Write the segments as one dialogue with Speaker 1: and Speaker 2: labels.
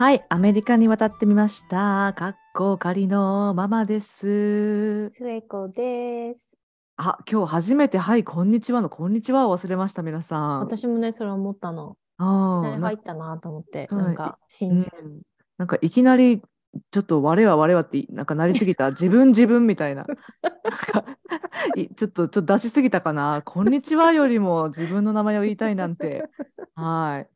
Speaker 1: はい、アメリカに渡ってみました。かっこかりのママです。
Speaker 2: スエコです。
Speaker 1: あ、今日初めて、はい、こんにちはの、こんにちはを忘れました、皆さん。
Speaker 2: 私もね、それ思ったの。
Speaker 1: あ
Speaker 2: 誰
Speaker 1: あ、
Speaker 2: 入
Speaker 1: な
Speaker 2: ったなと思って、
Speaker 1: そう
Speaker 2: なん
Speaker 1: ね
Speaker 2: か新
Speaker 1: う
Speaker 2: 鮮。
Speaker 1: ん、なんかいきなり、ちょっと我は我はって、なんかなりすぎた、自分自分みたいな、なんかいちょっと、ちょっと出しすぎたかな、こんにちはよりも自分の名前を言いたいなんて、はい。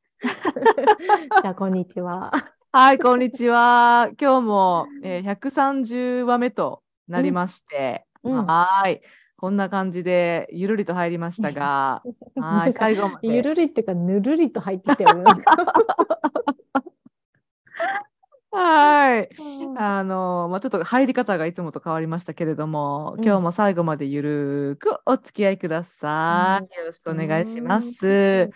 Speaker 2: じゃあ、こんに ちは。
Speaker 1: はい、こんにちは。 今日も、えー、130話目とな
Speaker 2: う
Speaker 1: り
Speaker 2: ん、
Speaker 1: まして、
Speaker 2: うん。
Speaker 1: はーい、こんな感じでゆるりと入りましたが、は
Speaker 2: な
Speaker 1: ーい、
Speaker 2: んか、
Speaker 1: 最後ま
Speaker 2: ゆ
Speaker 1: で。
Speaker 2: るりっていうか、ぬるりと入ってきたよね。なんか
Speaker 1: はーい、
Speaker 2: う ん
Speaker 1: あのーまあ、ちょっと入り方がいつもと変わりましたけれども、
Speaker 2: う
Speaker 1: 今日
Speaker 2: ん。
Speaker 1: も最後までゆるくお付き合いくださ
Speaker 2: はい。
Speaker 1: い。よろしく
Speaker 2: お
Speaker 1: お願いしま
Speaker 2: 願い
Speaker 1: す。
Speaker 2: します。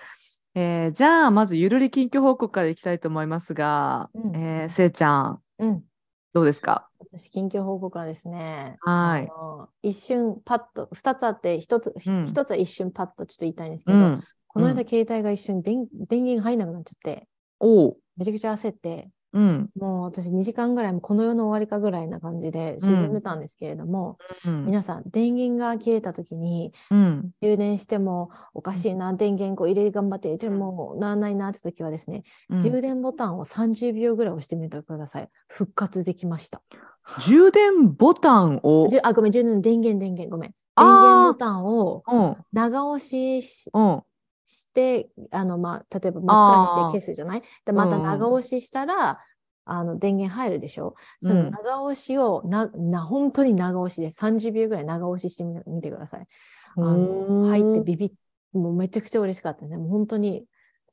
Speaker 1: えーじゃあ、まずゆるり近況報告からいきたいと思いますが、
Speaker 2: うん。
Speaker 1: えー、せいちゃん、
Speaker 2: うん。
Speaker 1: どうですか
Speaker 2: 私、近況報告はですね、あ
Speaker 1: はい。
Speaker 2: の、一瞬パッと、二つあって、一つ、
Speaker 1: う
Speaker 2: ひ
Speaker 1: ん、
Speaker 2: 一つは一瞬パッとちょっと言いたいんです
Speaker 1: う
Speaker 2: けど、
Speaker 1: ん、う
Speaker 2: この間、
Speaker 1: ん。
Speaker 2: 携帯が一瞬電、電源入んなくなっちゃって、
Speaker 1: おう、
Speaker 2: めちゃくちゃ焦って、
Speaker 1: うん、
Speaker 2: もう私2時間ぐらい、もうこの世の終わりかぐらいな感じで
Speaker 1: う
Speaker 2: 沈んで
Speaker 1: ん、
Speaker 2: たんですけれども、
Speaker 1: うん、
Speaker 2: 皆さん、電源が切れた時に、
Speaker 1: うん、
Speaker 2: 充電してもおか
Speaker 1: う
Speaker 2: し
Speaker 1: ん、
Speaker 2: いな、電源こう入れ頑張って、でももうならないなって時はですね、
Speaker 1: うん。
Speaker 2: 充電ボタンを30秒ぐらい押してみてください。復活できました。
Speaker 1: 充電ボタン
Speaker 2: じ
Speaker 1: を、
Speaker 2: ゅあ、ごめん、充電、電源、電源、ごめん。電源ボ
Speaker 1: あ
Speaker 2: タンを
Speaker 1: あ、うん、
Speaker 2: 長押しし、
Speaker 1: うん、
Speaker 2: して、あの、まあ、例えば真っ暗にして
Speaker 1: あ
Speaker 2: 消
Speaker 1: あ、
Speaker 2: すじゃない
Speaker 1: う
Speaker 2: で、また長
Speaker 1: ん、
Speaker 2: 押ししたら、あの、電源入るでしょ
Speaker 1: う
Speaker 2: その
Speaker 1: ん。
Speaker 2: 長押しをな、な、本当に長押しで30秒ぐらい長押ししてみな見てください。あの、入って
Speaker 1: おお。
Speaker 2: ビビッ、もうめちゃくちゃ嬉しかったね。もう本当に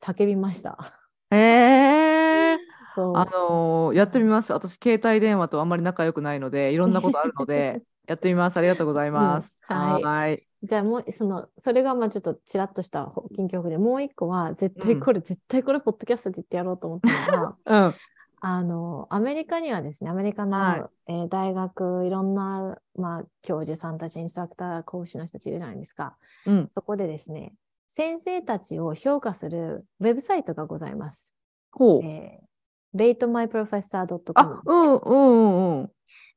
Speaker 2: 叫びました。
Speaker 1: へえ。あ
Speaker 2: そ。
Speaker 1: のーやってみます。私、携帯電話とあんまり仲良くないので、いろんなことあるので、やってみます。ありがとうございう
Speaker 2: う
Speaker 1: ま
Speaker 2: ん。
Speaker 1: す。
Speaker 2: は。
Speaker 1: はいーい。
Speaker 2: じゃあもう、その、それがまあちょっとちらっとしたほ近況報告で、もう一個は、絶
Speaker 1: う
Speaker 2: 対
Speaker 1: ん、
Speaker 2: これ、絶対これ、ポッドキャストで言ってやろうと思ったの が、
Speaker 1: うん、
Speaker 2: あの、アメリカにはですね、アメリカ
Speaker 1: はい。
Speaker 2: の、えー大学、いろんな、まあ、教授さんたち、インストラクター、講師の人たちいるじゃないですか。
Speaker 1: うん。
Speaker 2: そこでですね、先生たちを評価するウェブサイトがございます。え
Speaker 1: ほう。
Speaker 2: ー、ratemyprofessor.com
Speaker 1: あ、
Speaker 2: っ
Speaker 1: う
Speaker 2: て。
Speaker 1: ん、うん、うん、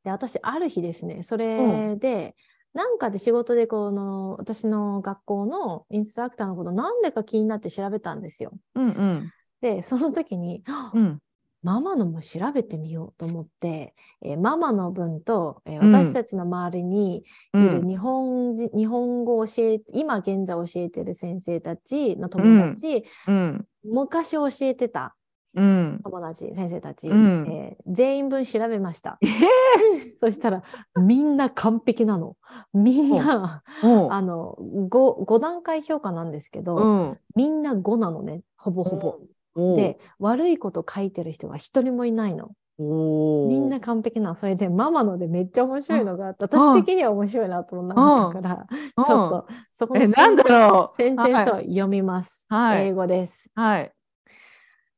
Speaker 2: で、私、ある日ですね、そ
Speaker 1: うん。
Speaker 2: れで、なんかで仕事で、この、私の学校のインストラクターのこと、なんでか気になって調べたんですよ。
Speaker 1: うん、うん、
Speaker 2: で、その時に、は
Speaker 1: う
Speaker 2: っ
Speaker 1: ん、
Speaker 2: ママのも調べてみようと思って、えーママの分と、えー
Speaker 1: う
Speaker 2: 私
Speaker 1: ん、
Speaker 2: たちの周りに
Speaker 1: う
Speaker 2: いる
Speaker 1: ん、
Speaker 2: 日本人、日本語を教え、今現在教えてる先生たちの
Speaker 1: う
Speaker 2: 友
Speaker 1: ん、
Speaker 2: 達、
Speaker 1: うん、
Speaker 2: 昔教えてた
Speaker 1: うん、
Speaker 2: 友達、先生た
Speaker 1: う
Speaker 2: ち、
Speaker 1: ん。
Speaker 2: えー全員分調べました。
Speaker 1: ええ。
Speaker 2: そしたら、みんな完璧なの。みん
Speaker 1: ほう、
Speaker 2: な、
Speaker 1: ほう。
Speaker 2: あの、5、5段階評価なんですけ
Speaker 1: う
Speaker 2: ど、
Speaker 1: ん。
Speaker 2: みんな5なのね、ほぼほぼ。
Speaker 1: おお
Speaker 2: で、悪いこと書いてる人が一人もいないの。みん
Speaker 1: お
Speaker 2: な
Speaker 1: お
Speaker 2: 完璧なの。それで、ママのでめっちゃ面白い
Speaker 1: あ
Speaker 2: のがあって、私
Speaker 1: あ
Speaker 2: 的には面白いなと
Speaker 1: う
Speaker 2: 思った
Speaker 1: ん
Speaker 2: から、ちょ
Speaker 1: うん
Speaker 2: っと、そこ
Speaker 1: え
Speaker 2: の
Speaker 1: なん
Speaker 2: 先
Speaker 1: だろう
Speaker 2: テンス
Speaker 1: は
Speaker 2: を
Speaker 1: い
Speaker 2: 読みます。
Speaker 1: はい
Speaker 2: 英語です。
Speaker 1: はい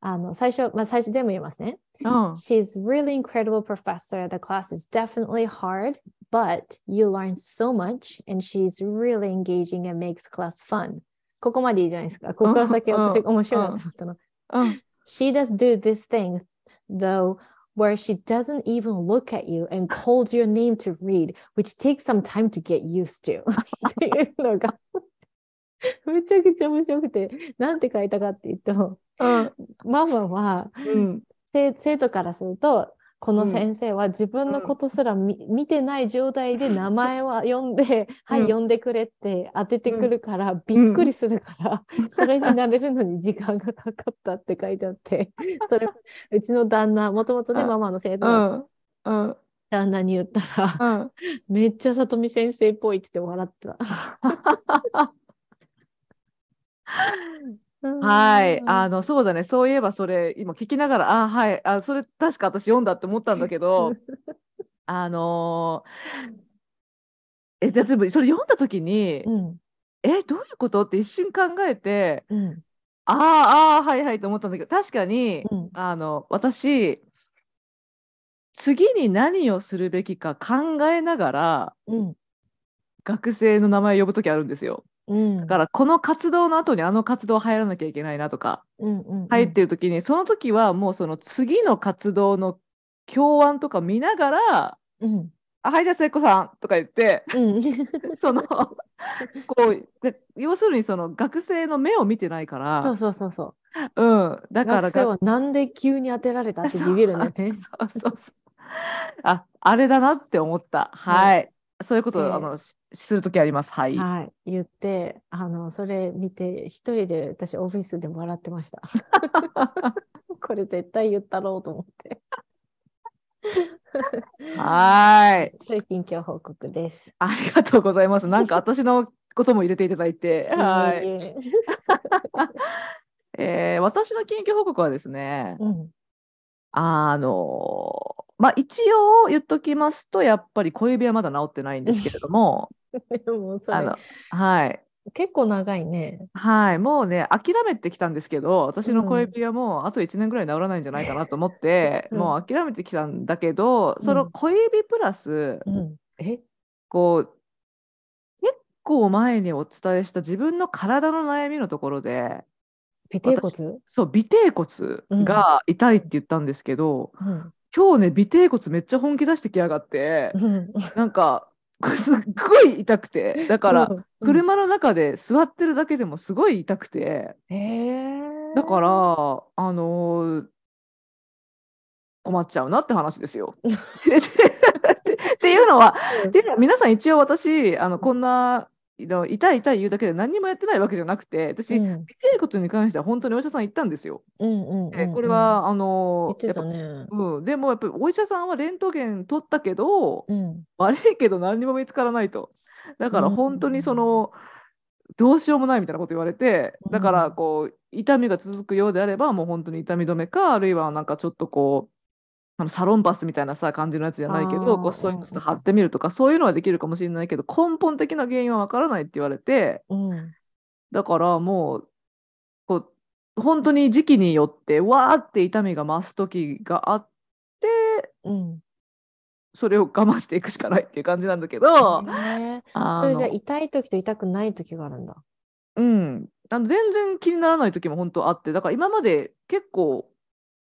Speaker 2: あの、最初、まあ、最初全部言いますね。
Speaker 1: うん
Speaker 2: She's really incredible professor. The class is definitely hard, but you learn so much and she's really engaging and makes class fun. ここまでいいじゃないですか。こ
Speaker 1: う
Speaker 2: こから
Speaker 1: ん
Speaker 2: 先
Speaker 1: う
Speaker 2: 私
Speaker 1: ん
Speaker 2: 面白
Speaker 1: う
Speaker 2: いなと
Speaker 1: ん
Speaker 2: 思ったの。
Speaker 1: うん
Speaker 2: She does do this thing, though, where she doesn't even look at you and calls your name to read, which takes some time to get used to. っていうの がめちゃくちゃ面白くて、なんて書いたかっていうと、
Speaker 1: うん
Speaker 2: ママは
Speaker 1: うん
Speaker 2: 生生徒からすると、こ
Speaker 1: う
Speaker 2: の
Speaker 1: ん
Speaker 2: 先生は自分の
Speaker 1: う
Speaker 2: こ
Speaker 1: ん
Speaker 2: とすら見見てない状態で名前は呼 んで、
Speaker 1: う
Speaker 2: はい、
Speaker 1: ん
Speaker 2: 呼んでくれって当てて
Speaker 1: う
Speaker 2: く
Speaker 1: ん
Speaker 2: るから、び
Speaker 1: う
Speaker 2: っく
Speaker 1: ん
Speaker 2: りするから、それに慣れるのに時間がかかったって書いてあって、 それ、うちの旦那、もともとね、ママの生徒
Speaker 1: う
Speaker 2: だった
Speaker 1: んうん
Speaker 2: 旦那に言ったら、
Speaker 1: うん
Speaker 2: めっちゃ里見先生っぽいって言って笑ってた。 う
Speaker 1: はい
Speaker 2: ん
Speaker 1: あのそうだねそういえばそれ今聞きながらあはいあそれ確か私読んだって思ったんだけ どあのーえだってでもそれ読んだ時に
Speaker 2: うん、
Speaker 1: えどういうことって一瞬考えて
Speaker 2: うん、
Speaker 1: あーあーはいはいと思ったんだけど確かに
Speaker 2: うん。
Speaker 1: あの私次に何をするべきか考えながら
Speaker 2: うん
Speaker 1: 学生の名前を呼ぶときあるんですよ。
Speaker 2: うん。
Speaker 1: だからこの活動の後にあの活動入らなきゃいけないなとか
Speaker 2: うんうんうん
Speaker 1: 入ってる時に、その時はもうその次の活動の教案とか見ながら
Speaker 2: うん
Speaker 1: 「あはいじゃあ聖子さん」とか言 って
Speaker 2: うん。
Speaker 1: そのこうで要するにその学生の目を見てないか
Speaker 2: そう
Speaker 1: ら、
Speaker 2: そうそうそう。
Speaker 1: うん、だから
Speaker 2: 学生はなんで急に当てられたってビビるんだよね。
Speaker 1: そうそうそうああれだなって思ったはい、そういうこと
Speaker 2: で
Speaker 1: をあのしする時ありますはい、
Speaker 2: はい、言ってあのそれ見て一人で私オフィスで笑ってました これ絶対言ったろうと思って
Speaker 1: はーい
Speaker 2: それ近況報告です
Speaker 1: ありがとうございますなんか私のことも入れていただい てはいい、
Speaker 2: えいえ
Speaker 1: えー私の緊急報告はですね
Speaker 2: うん
Speaker 1: あのまあ一応言っときますとやっぱり小指はまだ治ってないんですけれども
Speaker 2: でも そ
Speaker 1: あ
Speaker 2: れ
Speaker 1: のはい
Speaker 2: 結構長いね
Speaker 1: はい、もうね、諦めてきたんですけど、私の小指はもうあと1年ぐらい治らないんじゃないかなと思って、
Speaker 2: うん
Speaker 1: もう諦めてきたんだけど、その小指プラス、
Speaker 2: うんえ
Speaker 1: こう、結構前にお伝えした自分の体の悩みのところで、
Speaker 2: 尾てい骨
Speaker 1: そう、尾てい骨が痛いって言ったんですけど、
Speaker 2: うん
Speaker 1: 今日ね、尾てい骨めっちゃ本気出してきやがって、
Speaker 2: うん
Speaker 1: なんか、すっごい痛くて、だから、
Speaker 2: うん
Speaker 1: 車の中で座ってるだけでもすごい痛くて、
Speaker 2: へえ
Speaker 1: だから、あのー困っちゃうなって話ですよ。ってっていうのは、っていうのは皆さん一応私あのこんなの痛い痛い言うだけで何にもやってないわけじゃなくて私、
Speaker 2: う
Speaker 1: 見て
Speaker 2: ん
Speaker 1: ることに関しては本当にお医者さん行ったんですよ。
Speaker 2: うんうんうんう
Speaker 1: え
Speaker 2: ん
Speaker 1: これは、あ
Speaker 2: 言
Speaker 1: の
Speaker 2: っ
Speaker 1: ー
Speaker 2: てた
Speaker 1: やっぱ
Speaker 2: ね
Speaker 1: うん、でもやっぱりお医者さんはレントゲン取ったけど、
Speaker 2: うん
Speaker 1: 悪いけど何にも見つからないと。だから
Speaker 2: うん
Speaker 1: 本当にその、どうしようもないみたいなこと言われて、だか
Speaker 2: う
Speaker 1: ら
Speaker 2: ん
Speaker 1: こう痛みが続くようであれば、もう本当に痛み止めか、あるいはなんかちょっとこう、あのサロンパスみたいなさ感じのやつじゃないけ
Speaker 2: あ
Speaker 1: ど、
Speaker 2: ー
Speaker 1: こうそういうのちょっと
Speaker 2: うん
Speaker 1: 貼ってみるとか、そういうのはできるかもしれないけど、根本的な原因はわからないって言われて、
Speaker 2: うん
Speaker 1: だからもう、こう本当に時期によって、わーって痛みが増す時があって、
Speaker 2: うん
Speaker 1: それを我慢していくしかないっていう感じなんだけど、
Speaker 2: へえ
Speaker 1: あ
Speaker 2: それじゃ
Speaker 1: の
Speaker 2: 痛い時と痛くない時があるんだ
Speaker 1: うん、あの全然気にならない時も本当あってだから今まで結構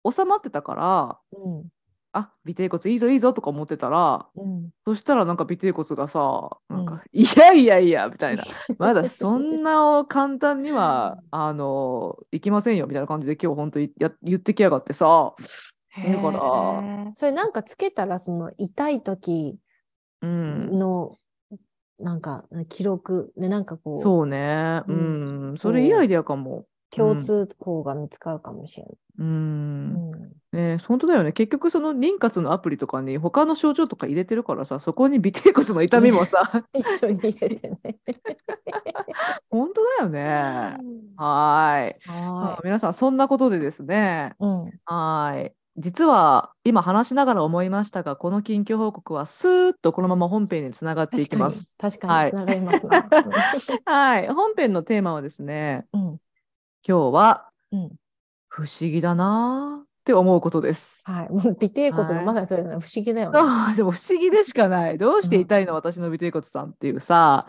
Speaker 1: 収まってたから
Speaker 2: うん
Speaker 1: あ尾てい骨いいぞいいぞとか思ってたら
Speaker 2: うん
Speaker 1: そしたらなんか尾てい骨がさなん
Speaker 2: うん
Speaker 1: か、いやいやいやみたいなまだそんな簡単にはあのいきませんよみたいな感じで今日本当にや言ってきやがってさ、だから
Speaker 2: へーそれなんかつけたらその痛い時
Speaker 1: うん、
Speaker 2: のなんか記録でなんかこう
Speaker 1: そうねう、
Speaker 2: うん
Speaker 1: それいいアイデアかも。
Speaker 2: 共通項が見つかるかもしれない。
Speaker 1: うん
Speaker 2: うん
Speaker 1: ねえ、本当だよね。結局、その妊活のアプリとかに他の症状とか入れてるからさ、そこに尾てい骨の痛みもさ、
Speaker 2: 一緒に入れてね。
Speaker 1: 本当だよね。はーい。まあ
Speaker 2: は
Speaker 1: 皆さん、そんなことでですね、
Speaker 2: い。うん。
Speaker 1: はーい。実は、今話しながら思いましたが、この緊急報告はスーッとこのまま本編につながってい
Speaker 2: 確
Speaker 1: き
Speaker 2: か
Speaker 1: ま
Speaker 2: に
Speaker 1: す。
Speaker 2: 確か
Speaker 1: は
Speaker 2: に
Speaker 1: い
Speaker 2: つながります な。
Speaker 1: はい。本編のテーマはですね、
Speaker 2: うん。
Speaker 1: 今日は、
Speaker 2: うん。
Speaker 1: 不思議だなーって思うことです。
Speaker 2: はい。もう尾てい骨
Speaker 1: は
Speaker 2: が
Speaker 1: い
Speaker 2: まさにそういうの不思議だよね。
Speaker 1: あーでも不思議でしかない。どうして痛いの、私の尾てい骨さんっていうさ、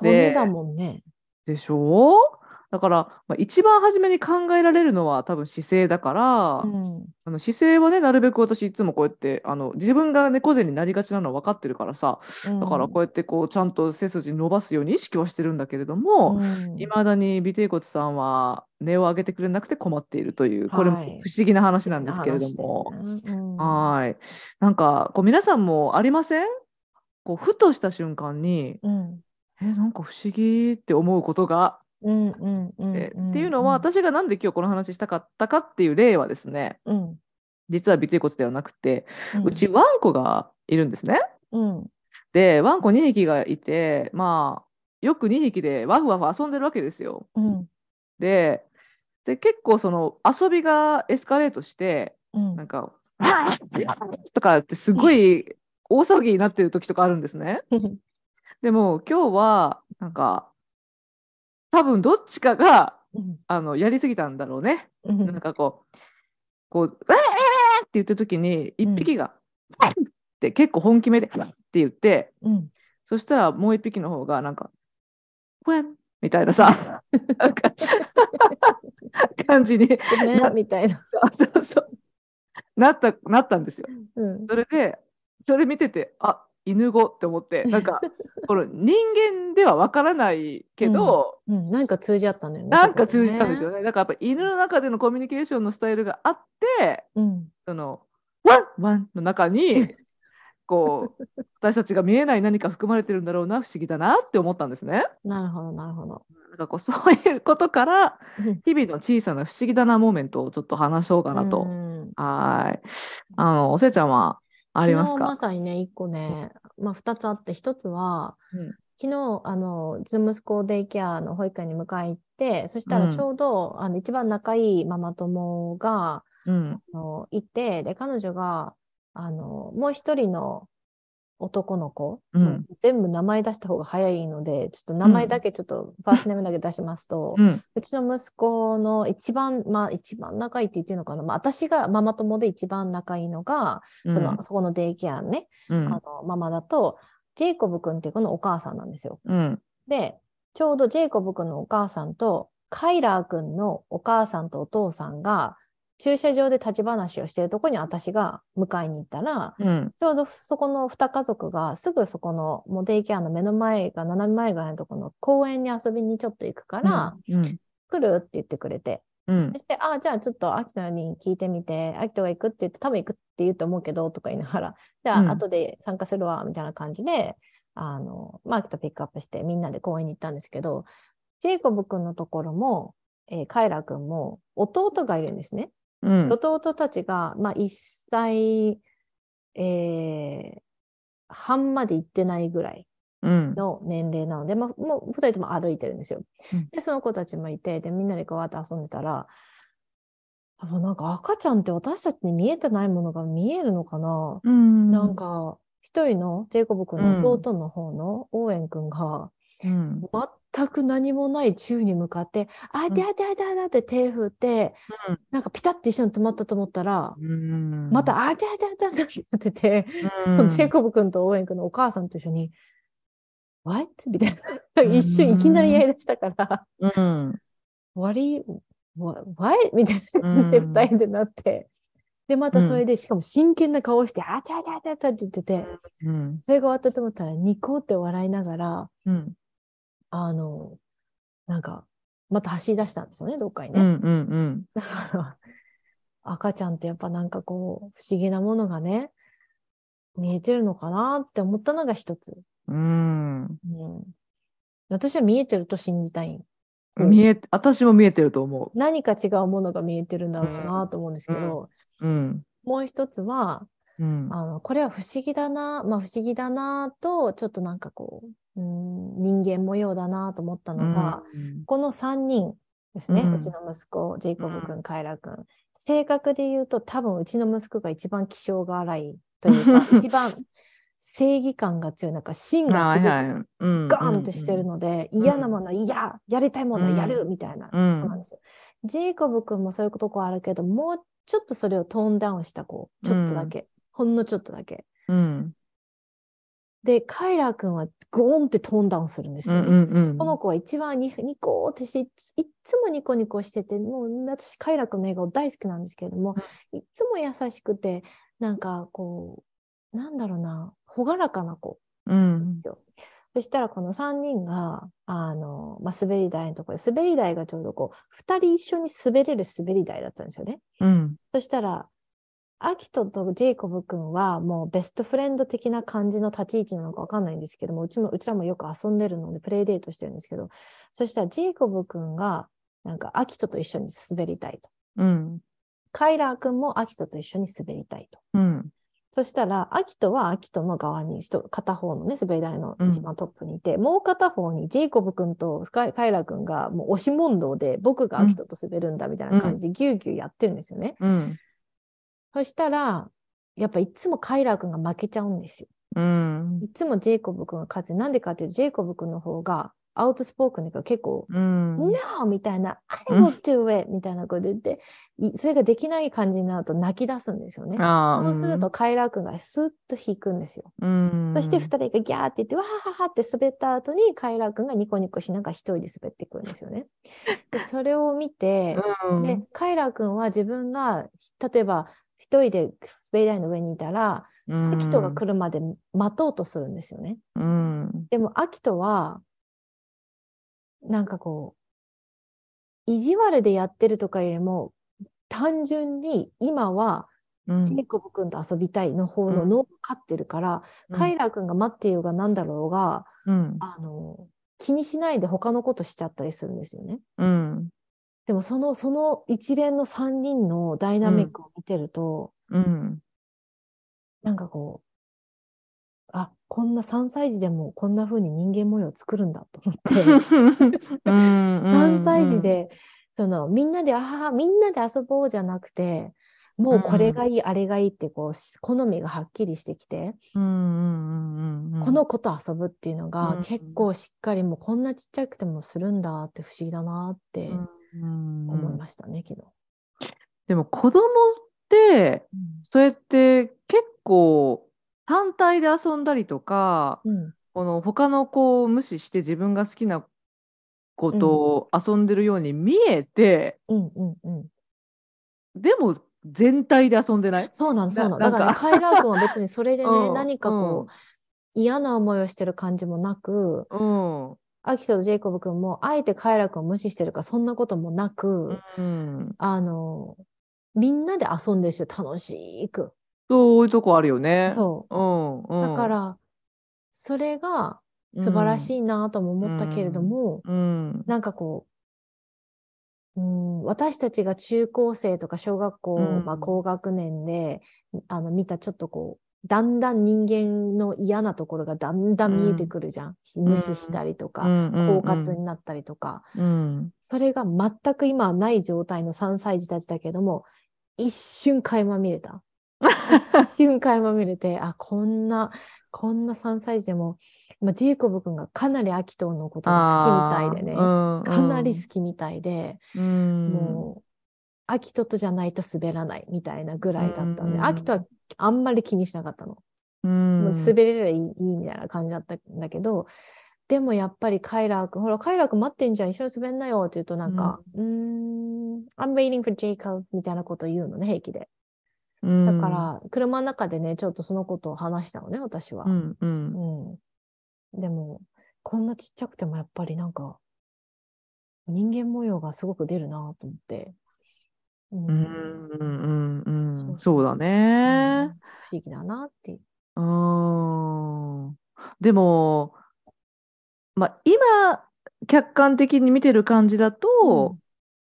Speaker 2: 骨だもんね。
Speaker 1: でしょだから、まあ、一番初めに考えられるのは多分姿勢だから、
Speaker 2: うん。
Speaker 1: あの姿勢はねなるべく私いつもこうやってあの自分が猫背になりがちなのは分かってるからさだからこうやってこうちゃんと背筋伸ばすように意識はしてるんだけれど
Speaker 2: う
Speaker 1: も
Speaker 2: ん
Speaker 1: いま、未だに尾てい骨さんは根を上げてくれなくて困っているというこれも
Speaker 2: は
Speaker 1: 不
Speaker 2: い
Speaker 1: 思議な話なんですけれども。
Speaker 2: 話ですねうん
Speaker 1: はいなんかこう皆さんもありませんこうふとした瞬間に
Speaker 2: うん。
Speaker 1: えなんか不思議って思うことが
Speaker 2: うんうんうん
Speaker 1: って
Speaker 2: ん
Speaker 1: っていうのは、私がなんで今日この話したかったかっていう例はですね
Speaker 2: うんうん
Speaker 1: 実は尾てい骨ではなくて、
Speaker 2: うん
Speaker 1: うちワンコがいるんですね。
Speaker 2: うん
Speaker 1: でワンコ2匹がいてまあよく2匹でワフワフ遊んでるわけですよ。
Speaker 2: うん
Speaker 1: でで結構その遊びがエスカレートして
Speaker 2: うん
Speaker 1: なんか「わーとかってすごい大騒ぎになってる時とかあるんですね。でも今日はなんか多分どっちかが
Speaker 2: うん
Speaker 1: あのやりすぎたんだろうね。
Speaker 2: うん
Speaker 1: なんかこう、こう、うわーうわーうわーって言った時に、一匹が、はいって結構本気めで、はいって言って、
Speaker 2: うん
Speaker 1: そしたらもう一匹の方が、なんか、ふわん、みたいな さ、なんか感じに
Speaker 2: ごめんみたいな。
Speaker 1: そうそうそうなったなったんですよ。
Speaker 2: うん
Speaker 1: それでそれ見ててあ犬語って思ってなんかこの人間ではわからないけど、
Speaker 2: うん、なんか通じ合ったんだよね。
Speaker 1: なんか通じたんですよね。だからやっぱ犬の中でのコミュニケーションのスタイルがあって
Speaker 2: そこね。うん、
Speaker 1: そのワンワンの中にこう 私たちが見えない何か含まれてるんだろうな不思議だなって思ったんですね。
Speaker 2: なるほど、なるほど。
Speaker 1: なんかこうそういうことから
Speaker 2: うん
Speaker 1: 日々の小さな不思議だなモーメントをちょっと話そうかなと。
Speaker 2: うん
Speaker 1: はーい。あのおせちゃんはあります
Speaker 2: 昨日ま
Speaker 1: か。
Speaker 2: さにね、一個ね、まあ、二つあって、一つは、
Speaker 1: うん
Speaker 2: 昨日あの、うちの息子をデイケアの保育園に迎え行って、そした
Speaker 1: う
Speaker 2: ら
Speaker 1: ん
Speaker 2: ちょうど、あの一番仲いいママ友が
Speaker 1: うん。
Speaker 2: あのいて、で、彼女があのもう一人の男の子、
Speaker 1: うん
Speaker 2: 全部名前出した方が早いので、ちょっと名前だけちょっと、ファーストネームだけ出しますと、
Speaker 1: うん。
Speaker 2: うちの息子の一番、まあ一番仲いいって言ってるのかな。まあ私がママ友で一番仲いいのが、その、そこのデイケアのね、
Speaker 1: うん
Speaker 2: あのママだと、ジェイコブ君っていうこのお母さんなんですよ。
Speaker 1: うん
Speaker 2: で、ちょうどジェイコブ君のお母さんと、カイラー君のお母さんとお父さんが、駐車場で立ち話をしてるとこに私が迎えに行ったら、
Speaker 1: うん
Speaker 2: ちょうどそこの2家族がすぐそこのもうデイケアの目の前が斜め前ぐらいのところの公園に遊びにちょっと行くから、
Speaker 1: うん
Speaker 2: 来るって言ってくれて、
Speaker 1: うん
Speaker 2: そして、ああ、じゃあちょっと秋田に聞いてみて、秋田が行くって言って、多分行くって言うと思うけど、とか言いながら、じゃ
Speaker 1: うん
Speaker 2: あ後で参加するわ、みたいな感じで、あの、まあ、秋田ピックアップしてみんなで公園に行ったんですけど、ジェイコブ君のところも、えーカイラ君も弟がいるんですね。
Speaker 1: うん
Speaker 2: 弟たちが、まあ、1歳、えー半まで行ってないぐらい
Speaker 1: うん
Speaker 2: の年齢なので、まあ、もう2人とも歩いてるんですよ。
Speaker 1: うん
Speaker 2: で、その子たちもいて、で、みんなでこうわーって遊んでたら、あもうなんか赤ちゃんって私たちに見えてないものが見えるのかな、
Speaker 1: うん
Speaker 2: なんか、一人のジェイコブ君の弟の方のオーエン君が、
Speaker 1: うん
Speaker 2: 全く何もない宙に向かって、あ、
Speaker 1: ん
Speaker 2: であであであであって手振って、
Speaker 1: うん
Speaker 2: なんかピタッて一緒に止まったと思ったら、
Speaker 1: うん
Speaker 2: また、あ、であであであであってなってて、
Speaker 1: うん
Speaker 2: ジェイコブ君とオーエン君のお母さんと一緒に、What? みたいな。一瞬いきなりやり出したから、
Speaker 1: うん
Speaker 2: 割り、What? What? みたいな。で、
Speaker 1: うん
Speaker 2: 二人でなって。で、またそれで、しかも真剣な顔をして、あちゃちゃちゃちゃって言ってて、
Speaker 1: うん
Speaker 2: それが終わったと思ったら、ニコって笑いながら、
Speaker 1: うん
Speaker 2: あの、なんか、また走り出したんですよね、どっかに
Speaker 1: うんう
Speaker 2: ね。
Speaker 1: んうん
Speaker 2: だから、赤ちゃんってやっぱなんかこう、不思議なものがね、見えてるのかなって思ったのが一つ。
Speaker 1: うん
Speaker 2: うん、私は見えてると信じたい。
Speaker 1: 見え私も見えてると思
Speaker 2: 何か違うものが見えてるんだろうなと思うんですけど、
Speaker 1: ううん
Speaker 2: もう一つは
Speaker 1: うん
Speaker 2: あのこれは不思議だな、まあ、不思議だなとちょっとなんかこう、うん、人間模様だなと思ったのが、
Speaker 1: うん
Speaker 2: この3人ですね、
Speaker 1: う
Speaker 2: うんちの息子ジェイコブ君カイラ君性格で言うと多分うちの息子が一番気性が荒いというか一番正義感が強いなんか芯が
Speaker 1: は
Speaker 2: す
Speaker 1: い
Speaker 2: ごく
Speaker 1: はいうん
Speaker 2: ガーンとしてるので、嫌なものは嫌、やりたいものはやる、みたいな。
Speaker 1: う
Speaker 2: そうんなんですよジェイコブ君もそういうとこあるけど、もうちょっとそれをトーンダウンした子、ちょっとだけ、ほんのちょっとだけ。
Speaker 1: うん
Speaker 2: で、カイラー君はゴーンってトーンダウンするんです
Speaker 1: う
Speaker 2: よ
Speaker 1: ん
Speaker 2: ね。
Speaker 1: うんうん
Speaker 2: この子は一番ニニコーってしていついっつもニコニコしててもう私カイラ君の笑顔大好きなんですけれどもいっつも優しくてなんかこうなんだろうな朗らかな子
Speaker 1: うん
Speaker 2: ですよ。そしたらこの3人があの、まあ、滑り台のところで滑り台がちょうどこう2人一緒に滑れる滑り台だったんですよね。
Speaker 1: うん
Speaker 2: そしたらアキトとジェイコブ君はもうベストフレンド的な感じの立ち位置なのかわかんないんですけどもうちもうちらもよく遊んでるのでプレイデートしてるんですけどそしたらジェイコブ君がなんかアキトと一緒に滑りたいと
Speaker 1: うん
Speaker 2: カイラー君もアキトと一緒に滑りたいと。
Speaker 1: うん
Speaker 2: そしたら、アキトはアキトの側に、一片方のね、滑り台の
Speaker 1: うん
Speaker 2: 一番トップにいて、もう片方にジェイコブ君とカイカイラ君がもう押し問答で、僕がアキトと滑るんだみたいな感じで、ぎゅうぎゅうやってるんですよね。
Speaker 1: うん
Speaker 2: そしたら、やっぱいつもカイラ君が負けちゃうんですよ。
Speaker 1: うん
Speaker 2: いつもジェイコブ君が勝つ。なんでかっていうと、ジェイコブ君の方がアウトスポークンだから結構、
Speaker 1: うん。
Speaker 2: No! みたいな、I
Speaker 1: うん
Speaker 2: will do it! みたいなこと言って、いそれができない感じになると泣き出すんですよね。
Speaker 1: ああ、
Speaker 2: そうすると、カイラー君がスッと引くんですよ。
Speaker 1: うん、
Speaker 2: そして二人がギャーって言って、わはははって滑った後に、カイラー君がニコニコしながら一人で滑っていくんですよね。 でそれを見て、
Speaker 1: うん、
Speaker 2: でカイラー君は自分が例えば一人で滑り台の上にいたら、
Speaker 1: うん、
Speaker 2: アキトが来るまで待とうとするんですよね。
Speaker 1: うん。
Speaker 2: でもアキトはなんかこう意地悪でやってるとかよりも単純に今は
Speaker 1: うん。
Speaker 2: ジェイコブ君と遊びたいの方の
Speaker 1: うん
Speaker 2: 脳が勝ってるから、
Speaker 1: うん
Speaker 2: カイラー君が待ってようがなんだろうが、
Speaker 1: うん。
Speaker 2: あの気にしないで他のことしちゃったりするんですよね。
Speaker 1: うん。
Speaker 2: でもそのその一連の3人のダイナミックを見てると、
Speaker 1: うん。
Speaker 2: なんかこうあこんな3歳児でもこんな風に人間模様を作るんだと思って3
Speaker 1: 3
Speaker 2: 歳児、でそのみんなでああみんなで遊ぼうじゃなくてもうこれがいい、あれがいいってこうし好みがはっきりしてきて、
Speaker 1: うんうんうんうん、
Speaker 2: この子と遊ぶっていうのが
Speaker 1: うん
Speaker 2: 結構しっかりもうこんなちっちゃくてもするんだって不思議だなって思い
Speaker 1: 思
Speaker 2: ましたね、昨日。
Speaker 1: でも子供ってそうやって結構単体で遊んだりとか
Speaker 2: うん
Speaker 1: この他の子を無視して自分が好きなことを遊んでるように見えて、
Speaker 2: うんうんうん
Speaker 1: でも全体で遊んでない
Speaker 2: そうなの、そうなの。
Speaker 1: な
Speaker 2: だから、ね、カイラー君は別にそれでね、
Speaker 1: うん
Speaker 2: 何かこう、嫌な思いをしてる感じもなく、
Speaker 1: うん、
Speaker 2: アキトとジェイコブ君も、あえてカイラー君を無視してるから、そんなこともなく、
Speaker 1: うん、
Speaker 2: あの、みんなで遊んでるし、楽しく。
Speaker 1: そういうとこあるよね。、
Speaker 2: そう
Speaker 1: んう
Speaker 2: う。
Speaker 1: ん、
Speaker 2: だから、それが素晴らしいなとも思ったけれども、
Speaker 1: うん、
Speaker 2: なんかこう、うん、私たちが中高生とか小学校、
Speaker 1: うん
Speaker 2: まあ、高学年であの見たちょっとこうだんだん人間の嫌なところがだんだん見えてくるじゃん、無視したりとか、
Speaker 1: 狡
Speaker 2: 狡猾になったりとか、
Speaker 1: うん
Speaker 2: それが全く今はない状態の3歳児たちだけども一瞬垣間見れた一瞬垣間見れてあこんなこんな3歳児でも、まあ、ジェイコブ君がかなりアキトのことが好きみたいでね、
Speaker 1: あー
Speaker 2: かなり好きみたいで、
Speaker 1: うんうん
Speaker 2: もう、アキトとじゃないと滑らないみたいなぐらいだった
Speaker 1: う
Speaker 2: の
Speaker 1: んう
Speaker 2: で、
Speaker 1: ん
Speaker 2: アキトはあんまり気にしなかったの。
Speaker 1: うん
Speaker 2: もう滑れればいいいいみたいな感じだったんだけど、でもやっぱりカイラー君、ほら、カイラー君待ってんじゃん、一緒に滑んなよって言うと、なんか、うーん、I'm waiting for Jacob みたいなこと言うのね、平気で。だから、車の中でね、ちょっとそのことを話したのね、私は
Speaker 1: う。んうん
Speaker 2: うん。でも、こんなちっちゃくてもやっぱりなんか、人間模様がすごく出るなと思って。うん
Speaker 1: うんうんうんうん
Speaker 2: そ
Speaker 1: そうう
Speaker 2: そう
Speaker 1: だ
Speaker 2: うん
Speaker 1: ね。
Speaker 2: 不思議だなっていう。
Speaker 1: うんでもまあ今客観的に見てる感じだと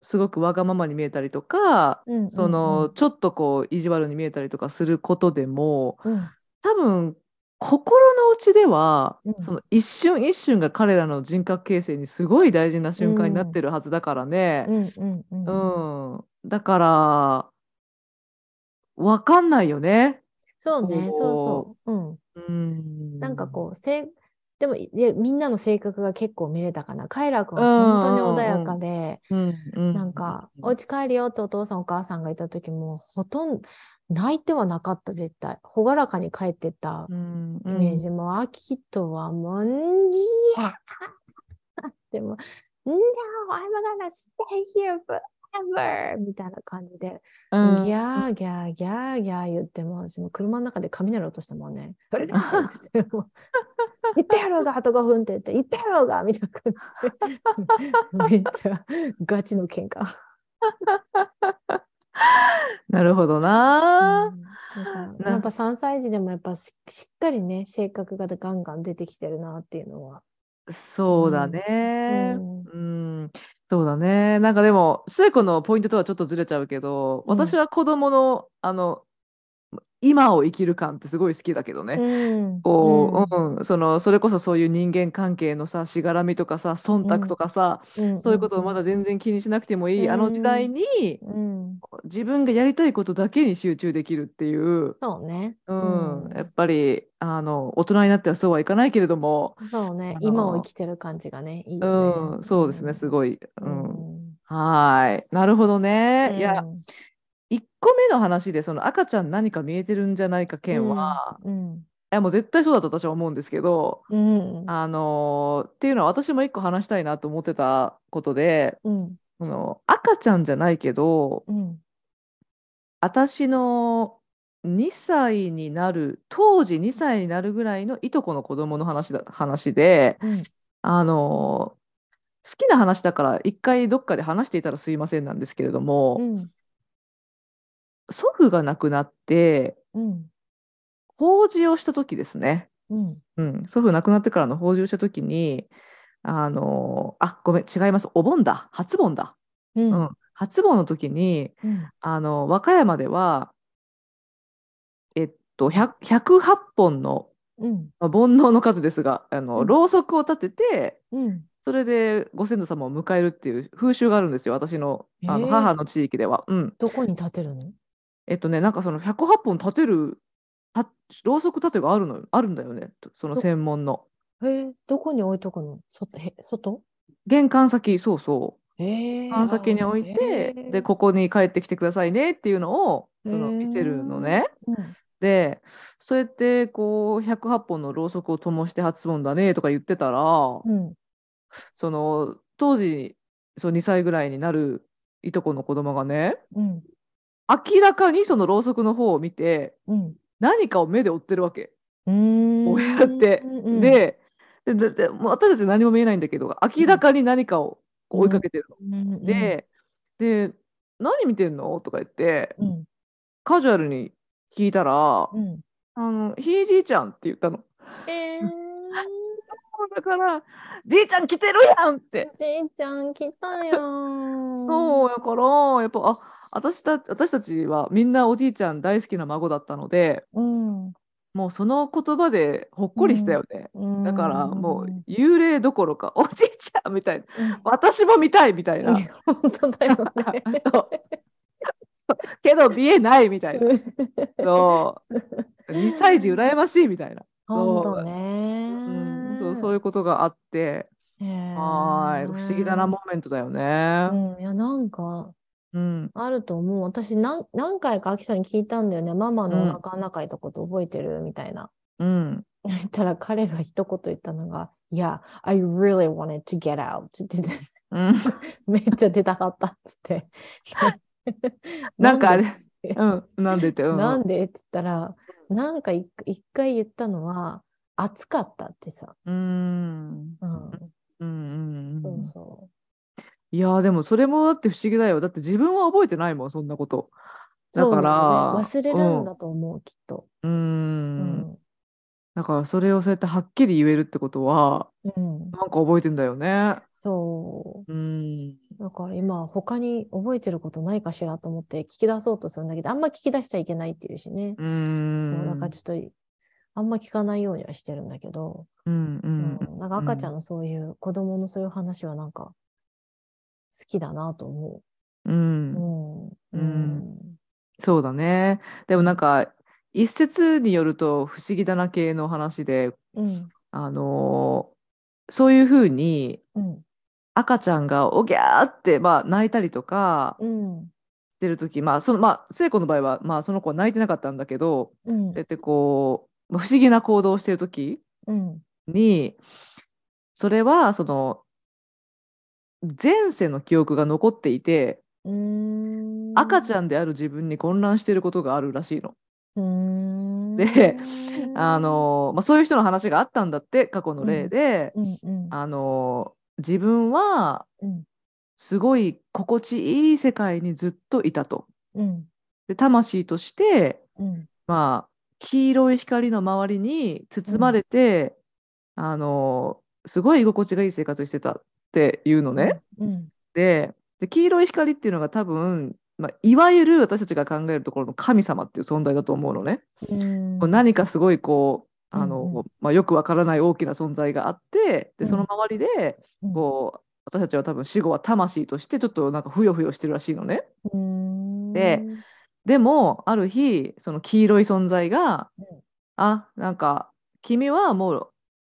Speaker 1: すごくわがままに見えたりとか
Speaker 2: うん、うん
Speaker 1: その、ちょっとこう意地悪に見えたりとかすることでも
Speaker 2: うんうん
Speaker 1: 多分心の内では、
Speaker 2: うん
Speaker 1: その一瞬一瞬が彼らの人格形成にすごい大事な瞬間になってるはずだからね
Speaker 2: う、んうんうんうん
Speaker 1: うんだからわかんないよね。
Speaker 2: そうね、そ
Speaker 1: こ
Speaker 2: うそう。うん。
Speaker 1: うん、
Speaker 2: なんかこう、せいでもいやみんなの性格が結構見れたかな。カイラー君は本当に穏やかで、
Speaker 1: う、うん
Speaker 2: なんか、お家帰るよってお父さんお母さんがいた時も、ほとんど泣いてはなかった、絶対。朗らかに帰ってった
Speaker 1: うん
Speaker 2: イメージも、アキトはもう、んぎゃーでも、No, I'm gonna stay here forever! みたいな感じで、
Speaker 1: う
Speaker 2: ギ
Speaker 1: ん
Speaker 2: ャーギャーギャーギャー言っても、私も車の中で雷落としたも んね。うるさいっつってもう言ったやろうが、あと5分って言って、言ったやろうがみたいな 感じで。めっちゃガチの喧嘩。
Speaker 1: なるほどな、
Speaker 2: うんなんか
Speaker 1: な
Speaker 2: やっぱ3歳児でもやっぱししっかりね性格がガンガン出てきてるなっていうのは。
Speaker 1: そうだね。うん、そうだね。なんかでも、スエコのポイントとはちょっとずれちゃうけど、
Speaker 2: うん
Speaker 1: 私は子供の、あの、今を生きる感ってすごい好きだけどね。
Speaker 2: うん
Speaker 1: こう、うんそのそれこそそういう人間関係のさしがらみとかさ忖度とかさ、
Speaker 2: うん
Speaker 1: そういうことをまだ全然気にしなくてもいい、
Speaker 2: うん
Speaker 1: あの時代に
Speaker 2: うん
Speaker 1: 自分がやりたいことだけに集中できるっていう、
Speaker 2: そうね。
Speaker 1: うん
Speaker 2: うん
Speaker 1: やっぱりあの大人になってはそうはいかないけれども、
Speaker 2: そうね。
Speaker 1: あの
Speaker 2: 今を生きてる感じがね。いいよ
Speaker 1: う
Speaker 2: ね
Speaker 1: ん、そうですねすごい。う
Speaker 2: うんん
Speaker 1: はーいなるほどね。いや
Speaker 2: うん
Speaker 1: 1個目の話でその赤ちゃん何か見えてるんじゃないか件は、
Speaker 2: うん
Speaker 1: いやもう絶対そうだと私は思うんですけど。
Speaker 2: うん
Speaker 1: あのーっていうのは私も一個話したいなと思ってたことで
Speaker 2: うん
Speaker 1: その赤ちゃんじゃないけど
Speaker 2: うん
Speaker 1: 私の2歳になる当時2歳になるぐらいのいとこの子供の話だ話で、
Speaker 2: うん
Speaker 1: あのー好きな話だから一回どっかで話していたらすいませんなんですけれども、
Speaker 2: うん
Speaker 1: 祖父が亡くなって
Speaker 2: うん
Speaker 1: 法事をした時ですね。
Speaker 2: うん
Speaker 1: うん、祖父亡くなってからの法事をした時にあのあごめん違いますお盆だ初盆だ、
Speaker 2: う
Speaker 1: うん
Speaker 2: ん
Speaker 1: 初盆の時に
Speaker 2: うん
Speaker 1: あの和歌山ではえっと100 108本の
Speaker 2: うん
Speaker 1: まあ煩悩の数ですがあの、
Speaker 2: うん
Speaker 1: ろうそくを立てて
Speaker 2: うん
Speaker 1: それでご先祖様を迎えるっていう風習があるんですよ私のあの
Speaker 2: へえ
Speaker 1: 母の地域では。うん、
Speaker 2: どこに立てるの
Speaker 1: えっとねなんかその108本立てるたろうそく立てがあるのあるんだよねその専門の。
Speaker 2: えどこに置いとくの外へ外
Speaker 1: 玄関先そうそう。
Speaker 2: え
Speaker 1: 関先に置いて、でここに帰ってきてくださいねっていうのをその
Speaker 2: へー
Speaker 1: 見てるのね。
Speaker 2: うん
Speaker 1: でそうやってこう108本のろうそくを灯して初盆だねとか言ってたら、
Speaker 2: うん
Speaker 1: その当時そう2歳ぐらいになるいとこの子供がね
Speaker 2: うん
Speaker 1: 明らかにそのろうそくの方を見て
Speaker 2: うん
Speaker 1: 何かを目で追ってるわけ。
Speaker 2: うーん
Speaker 1: こうやって
Speaker 2: うん
Speaker 1: ででででもう私たち何も見えないんだけど明らかに何かをこう追いかけてるの。
Speaker 2: うん
Speaker 1: でで何見てんのとか言って
Speaker 2: うん
Speaker 1: カジュアルに聞いたら、
Speaker 2: うん
Speaker 1: あのひいじいちゃんって言ったの。
Speaker 2: えー
Speaker 1: だから、じいちゃん来てるやんって。
Speaker 2: じいちゃん来たよー
Speaker 1: そうやから、やっぱ、あ私た私たちはみんなおじいちゃん大好きな孫だったので、
Speaker 2: うん
Speaker 1: もうその言葉でほっこりしたよね。
Speaker 2: うん
Speaker 1: だからもう幽霊どころか、お じいちゃんみたいな、
Speaker 2: うん
Speaker 1: 私も見たいみたい な、
Speaker 2: 本当だよね
Speaker 1: そうけど見えないみたいな、そう2歳児羨ましいみたいな、
Speaker 2: 本当ね
Speaker 1: うん、そうそう
Speaker 2: い
Speaker 1: いうことがあって、
Speaker 2: う
Speaker 1: はーい、不思議だなモーメントだよね。
Speaker 2: うん、いやなんか
Speaker 1: うん、
Speaker 2: あると思う私何何回か秋田に聞いたんだよねママのお腹の中いたこと覚えてる、みたいな
Speaker 1: うん、
Speaker 2: そしたら彼が一言言ったのが「Yeah, I really wanted to get out」って言ってて
Speaker 1: うん、
Speaker 2: めっちゃ出たかったっつって。
Speaker 1: なんかあ
Speaker 2: で
Speaker 1: れ、うん、なんでって、うん、
Speaker 2: なんでって言ったら、なんか一一回言ったのは、暑かったってさ。
Speaker 1: うん、
Speaker 2: うん、
Speaker 1: うん、うん。
Speaker 2: そううんそ
Speaker 1: いやー、でも、それもだって不思議だよ。だって、自分は覚えてないもん、そんなこと。
Speaker 2: う。
Speaker 1: だから
Speaker 2: そうだよね忘れるんだと思う、きっと。
Speaker 1: うー、
Speaker 2: うんん。
Speaker 1: だから、それをそうやってはっきり言えるってことは、
Speaker 2: うん、
Speaker 1: なんか覚えてんだよね。
Speaker 2: そ
Speaker 1: うん、
Speaker 2: う。だから今、他に覚えてることないかしらと思って聞き出そうとするんだけど、あんま聞き出しちゃいけないっていうしね。
Speaker 1: う
Speaker 2: そうなん
Speaker 1: ん
Speaker 2: か、ちょっと、あんま聞かないようにはしてるんだけど、
Speaker 1: うん、う、
Speaker 2: うんん、なんか赤ちゃんのそういう、子供のそういう話はなんか、好きだなと思
Speaker 1: う
Speaker 2: う。
Speaker 1: ん、
Speaker 2: うん。
Speaker 1: うんそうだね。でも、なんか、一説によると、不思議だな系の話で、
Speaker 2: うん。
Speaker 1: あのーそういうふうに
Speaker 2: うん。
Speaker 1: 赤ちゃんがおぎゃーって、まあ、泣いたりとか
Speaker 2: うん。
Speaker 1: してる時まあそのまあ聖子の場合は、まあ、その子は泣いてなかったんだけど
Speaker 2: うん
Speaker 1: そうや。ってこうまあ不思議な行動をしてる時
Speaker 2: うん。
Speaker 1: にそれはその前世の記憶が残っていて
Speaker 2: うーん
Speaker 1: 赤ちゃんである自分に混乱していることがあるらしいの。
Speaker 2: うーん。
Speaker 1: であ、のーまあ、そういう人の話があったんだって過去の例で、
Speaker 2: うんうん。
Speaker 1: あのー自分は
Speaker 2: うん
Speaker 1: すごい心地いい世界にずっといたと。
Speaker 2: うん
Speaker 1: で魂として、
Speaker 2: うん
Speaker 1: まあ、黄色い光の周りに包まれて、あのすごい居心地がいい生活してたっていうのね。
Speaker 2: うん。
Speaker 1: でで黄色い光っていうのが多分まあ、いわゆる私たちが考えるところの神様っていう存在だと思うのね。
Speaker 2: うん
Speaker 1: こう何かすごいこうあの、
Speaker 2: うんうん
Speaker 1: まあ、よくわからない大きな存在があって
Speaker 2: う
Speaker 1: で
Speaker 2: ん
Speaker 1: その周りで
Speaker 2: うん
Speaker 1: こう私たちは多分死後は魂としてちょっとなんかふよふよしてるらしいのね。
Speaker 2: うん
Speaker 1: ででもある日その黄色い存在が
Speaker 2: うん
Speaker 1: 「あなんか君はもう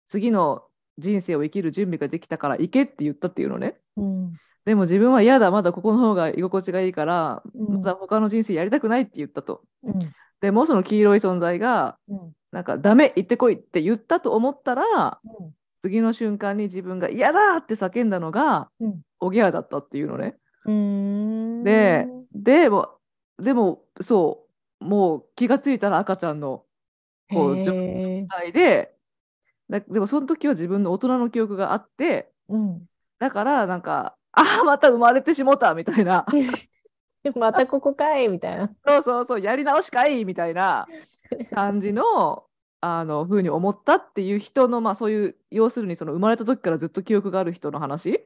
Speaker 1: 次の人生を生きる準備ができたから行け」って言ったっていうのね。
Speaker 2: うん
Speaker 1: でも自分は嫌だまだここの方が居心地がいいから
Speaker 2: うん
Speaker 1: まだ他の人生やりたくないって言ったと。
Speaker 2: うん
Speaker 1: でもその黄色い存在が
Speaker 2: うん
Speaker 1: なんかダメ行ってこいって言ったと思ったら
Speaker 2: うん
Speaker 1: 次の瞬間に自分が嫌だって叫んだのが
Speaker 2: うん
Speaker 1: おぎゃーだったっていうのね。
Speaker 2: うん
Speaker 1: ででもでもそうもう気がついたら赤ちゃんのこう
Speaker 2: へー
Speaker 1: 状状態でだでもその時は自分の大人の記憶があって
Speaker 2: うん
Speaker 1: だからなんかああまた生まれてしもたみたいな
Speaker 2: またここかいみたいな。
Speaker 1: そうそうそうやり直しかいみたいな感じの。 あの風に思ったっていう人のまあそういう要するにその生まれた時からずっと記憶がある人の話、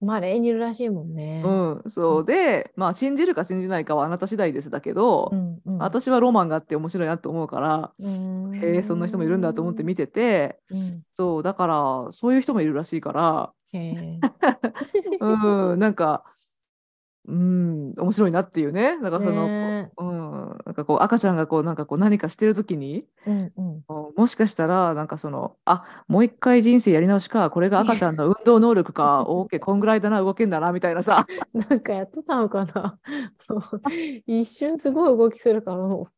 Speaker 2: まあ、例にいるらしいもんね。
Speaker 1: うん、そうで、まあ、信じるか信じないかはあなた次第ですだけど、
Speaker 2: うんうん
Speaker 1: 私はロマンがあって面白いなと思うから、
Speaker 2: うん
Speaker 1: へえそんな人もいるんだと思って見てて
Speaker 2: うん
Speaker 1: そうだからそういう人もいるらしい から、
Speaker 2: へえ
Speaker 1: うん、なんか、うん、面白いなっていうねなんかその、
Speaker 2: ね
Speaker 1: うん、なんかこう赤ちゃんがこうなんかこう何かしてる時に
Speaker 2: えうんう
Speaker 1: う
Speaker 2: ん
Speaker 1: んもしかしたらなんかそのあもう一回人生やり直しかこれが赤ちゃんの運動能力か OK こんぐらいだな動けんだなみたいなさ
Speaker 2: なんかやってたのかな もう一瞬すごい動きするからも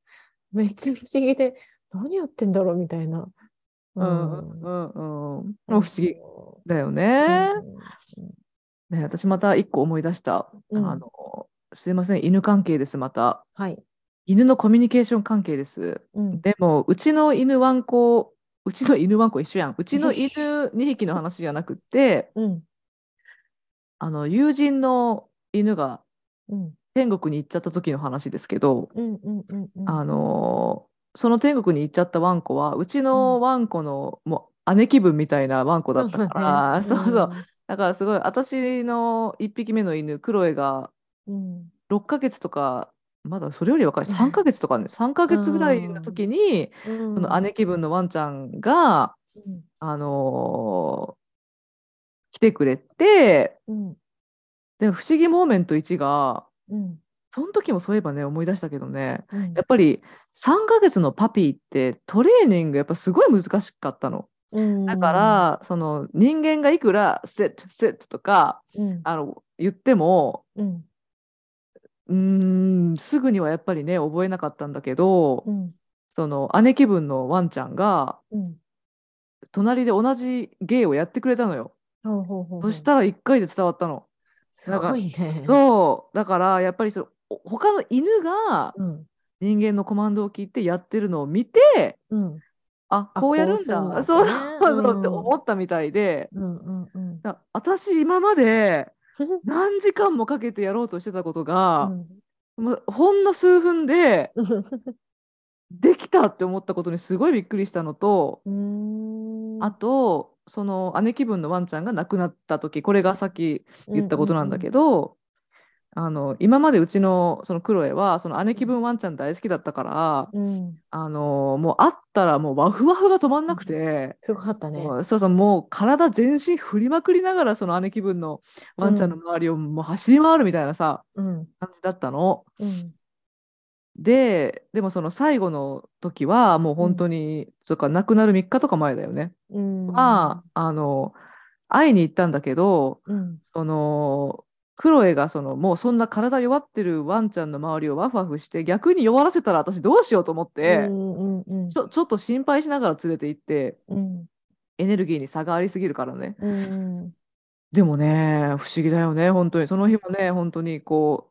Speaker 2: うめっちゃ不思議で何やってんだろうみたいな。う
Speaker 1: うんうんうんうん、不思議だよね。ね私また一個思い出した、
Speaker 2: うん
Speaker 1: あのすいません犬関係ですまた
Speaker 2: はい。
Speaker 1: 犬のコミュニケーション関係です。
Speaker 2: うん
Speaker 1: でもうちの犬ワンコうちの犬ワンコ一緒やんうちの犬2匹の話じゃなくって
Speaker 2: うん
Speaker 1: あの友人の犬が
Speaker 2: うん
Speaker 1: 天国に行っちゃった時の話ですけど、
Speaker 2: うんうんうんうん
Speaker 1: あのその天国に行っちゃったワンコはうちのワンコの、もう姉貴分みたいなワンコだったから、そうそうだからすごい私の1匹目の犬クロエが
Speaker 2: うん。うん
Speaker 1: 6ヶ月とかまだそれより若い3ヶ月とかね3ヶ月ぐらいの時に
Speaker 2: うん
Speaker 1: その姉貴分のワンちゃんが、
Speaker 2: うん
Speaker 1: あのー来てくれて
Speaker 2: うん
Speaker 1: で不思議モーメント1が
Speaker 2: うん
Speaker 1: その時もそういえばね思い出したけどね
Speaker 2: うん
Speaker 1: やっぱり3ヶ月のパピーってトレーニングやっぱすごい難しかったの。
Speaker 2: うん
Speaker 1: だから、その人間がいくら「セットセット」とか
Speaker 2: うん
Speaker 1: あの言っても
Speaker 2: うん
Speaker 1: うーんすぐにはやっぱりね覚えなかったんだけど、
Speaker 2: うん
Speaker 1: その姉貴分のワンちゃんが
Speaker 2: うん
Speaker 1: 隣で同じ芸をやってくれたのよ、
Speaker 2: ほうほうほうほ
Speaker 1: そ
Speaker 2: う
Speaker 1: したら1回で伝わったの、
Speaker 2: すごいね。
Speaker 1: そうだからやっぱりそのお他の犬が
Speaker 2: うん
Speaker 1: 人間のコマンドを聞いてやってるのを見て
Speaker 2: うん
Speaker 1: あ
Speaker 2: あ
Speaker 1: こうやる
Speaker 2: こうんする
Speaker 1: だ
Speaker 2: んだ
Speaker 1: そう
Speaker 2: ね
Speaker 1: そうそう
Speaker 2: うん
Speaker 1: って思ったみたいで、
Speaker 2: うんうんうん
Speaker 1: だ私今ま で何時間もかけてやろうとしてたことが、もうほんの数分 でできたって思ったことにすごいびっくりしたのと、
Speaker 2: うん
Speaker 1: あとその姉貴分のワンちゃんが亡くなった時これがさっき言ったことなんだけど、あの今までうちのそのクロエはその姉貴分ワンちゃん大好きだったから、
Speaker 2: うんうんうん、うん
Speaker 1: あのもう会ったらもうワフワフが止まんなくて、
Speaker 2: すごかったね。
Speaker 1: もうそうそうもう体全身振りまくりながらその姉貴分のワンちゃんの周りをもう走り回るみたいなさ、
Speaker 2: うん
Speaker 1: 感じだったの。
Speaker 2: うん
Speaker 1: ででもその最後の時はもう本当に、そっか亡くなる3日とか前だよね。
Speaker 2: うん、
Speaker 1: は、あの会いに行ったんだけど
Speaker 2: うん
Speaker 1: そのクロエがそのもうそんな体弱ってるワンちゃんの周りをワフワフして逆に弱らせたら私どうしようと思って、
Speaker 2: うんうんうん
Speaker 1: ちょちょっと心配しながら連れて行って
Speaker 2: うん
Speaker 1: エネルギーに差がありすぎるからね
Speaker 2: うん
Speaker 1: でもね不思議だよね本当にその日もね本当にこう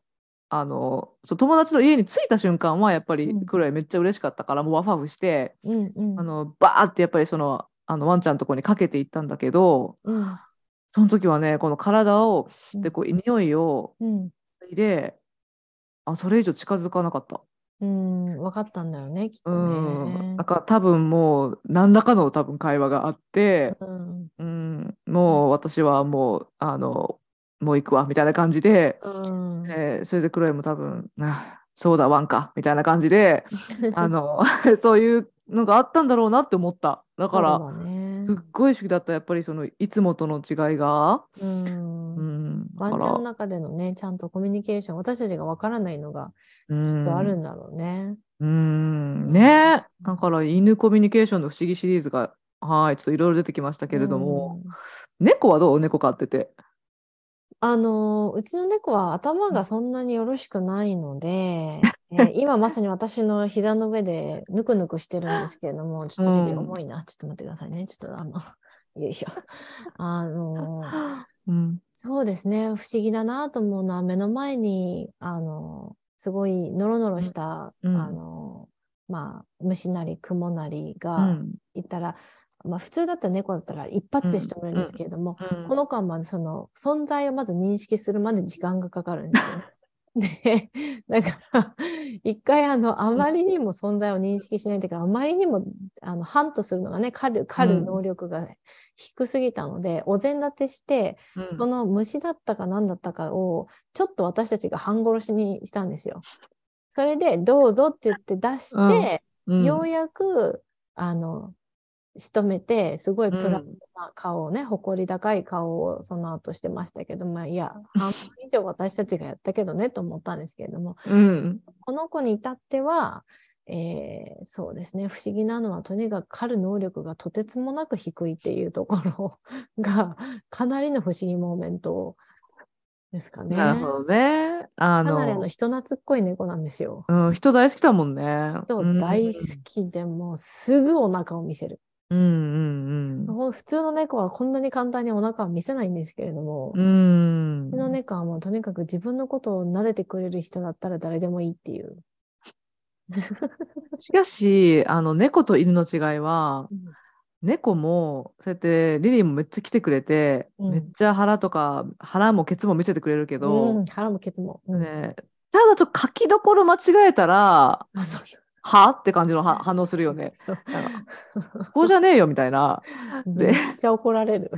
Speaker 1: あのそう友達の家に着いた瞬間はやっぱり
Speaker 2: うん
Speaker 1: クロエめっちゃ嬉しかったからもうワフワフして
Speaker 2: うんうん
Speaker 1: あのバーってやっぱりそのあのワンちゃんのとこにかけていったんだけど
Speaker 2: うん
Speaker 1: その時はね、この体を、
Speaker 2: うん
Speaker 1: でこう匂いを
Speaker 2: うん
Speaker 1: 入れ、あ、それ以上近づかなかった。
Speaker 2: うん分かったんだよねきっと
Speaker 1: う
Speaker 2: ね。
Speaker 1: ん。だから多分もう、何らかの多分会話があって、
Speaker 2: うん
Speaker 1: うん、もう私はもう、あの、もう行くわみたいな感じで、
Speaker 2: うん
Speaker 1: えーそれでクロエも多分あそうだワンかみたいな感じ であの そういうのがあったんだろうなって思っただから
Speaker 2: そうだね
Speaker 1: すっごい好きだったやっぱりそのいつもとの違いが、
Speaker 2: うん
Speaker 1: うん、だ
Speaker 2: ワ
Speaker 1: か
Speaker 2: ンちゃん
Speaker 1: ら
Speaker 2: の中でのね、ちゃんとコミュニケーション、私たちがわからないのがきっとあるんだろうね。
Speaker 1: うんねだから犬コミュニケーションの不思議シリーズがはいちょっといろいろ出てきましたけれども、
Speaker 2: うん、
Speaker 1: 猫はどう猫飼ってて。
Speaker 2: あのうちの猫は頭がそんなによろしくないので、 えー今まさに私の膝の上でぬくぬくしてるんですけれども、ちょっと指
Speaker 1: うん
Speaker 2: 重いな、ちょっと待ってくださいね、ちょっとあの、 よいしょ。あの
Speaker 1: うん
Speaker 2: そうですね、不思議だなと思うのは、目の前に、あの、すごいノロノロした、
Speaker 1: うんうん
Speaker 2: あの、まあ、虫なり雲なり
Speaker 1: う
Speaker 2: が
Speaker 1: ん
Speaker 2: いたら、まあ、普通だったら猫だったら一発で仕留めるんですけれども、この子はまずその存在をまず認識するまで時間がかかるん ですよ。で、だから、一回あの、あまりにも存在を認識しないというか、あまりにも、あの、ハントするのがね、狩る、狩る能力が低すぎたので、お膳立てして、
Speaker 1: うん
Speaker 2: その虫だったか何だったかをちょっと私たちが半殺しにしたんですよ。それでどうぞって言って出して、
Speaker 1: うん
Speaker 2: ようやくあの仕留めてすごいプラ
Speaker 1: うん
Speaker 2: な顔をね、誇り高い顔をその後してましたけどまあいや半分以上私たちがやったけどねと思ったんですけれども
Speaker 1: うん
Speaker 2: この子に至っては、えーそうですね不思議なのはとにかく狩る能力がとてつもなく低いっていうところ がかなりの不思議モーメントですかね。
Speaker 1: なるほどね。あ
Speaker 2: かなりあ
Speaker 1: の
Speaker 2: の人懐っこい猫なんですよ。
Speaker 1: うん、人大好きだもんね。
Speaker 2: 人大好きでもうすぐお腹を見せる。
Speaker 1: うんうんうん
Speaker 2: もう普通の猫はこんなに簡単にお腹は見せないんですけれども、
Speaker 1: う。
Speaker 2: うんちの猫はもうとにかく自分のことを撫でてくれる人だったら誰でもいいっていう。
Speaker 1: しかし、あの猫と犬の違いは、
Speaker 2: うん
Speaker 1: 猫もそうやってリリーもめっちゃ来てくれて、
Speaker 2: うん
Speaker 1: めっちゃ腹とか腹もケツも見せてくれるけ
Speaker 2: う
Speaker 1: ど
Speaker 2: ん、、腹もケツも。うん
Speaker 1: ね、ただちょっと書きどころ間違えたら、
Speaker 2: あ、そうそう。
Speaker 1: はって感じの は反応するよね。
Speaker 2: そう
Speaker 1: なんここじゃねえよみたい な。で
Speaker 2: めっちゃ怒られる。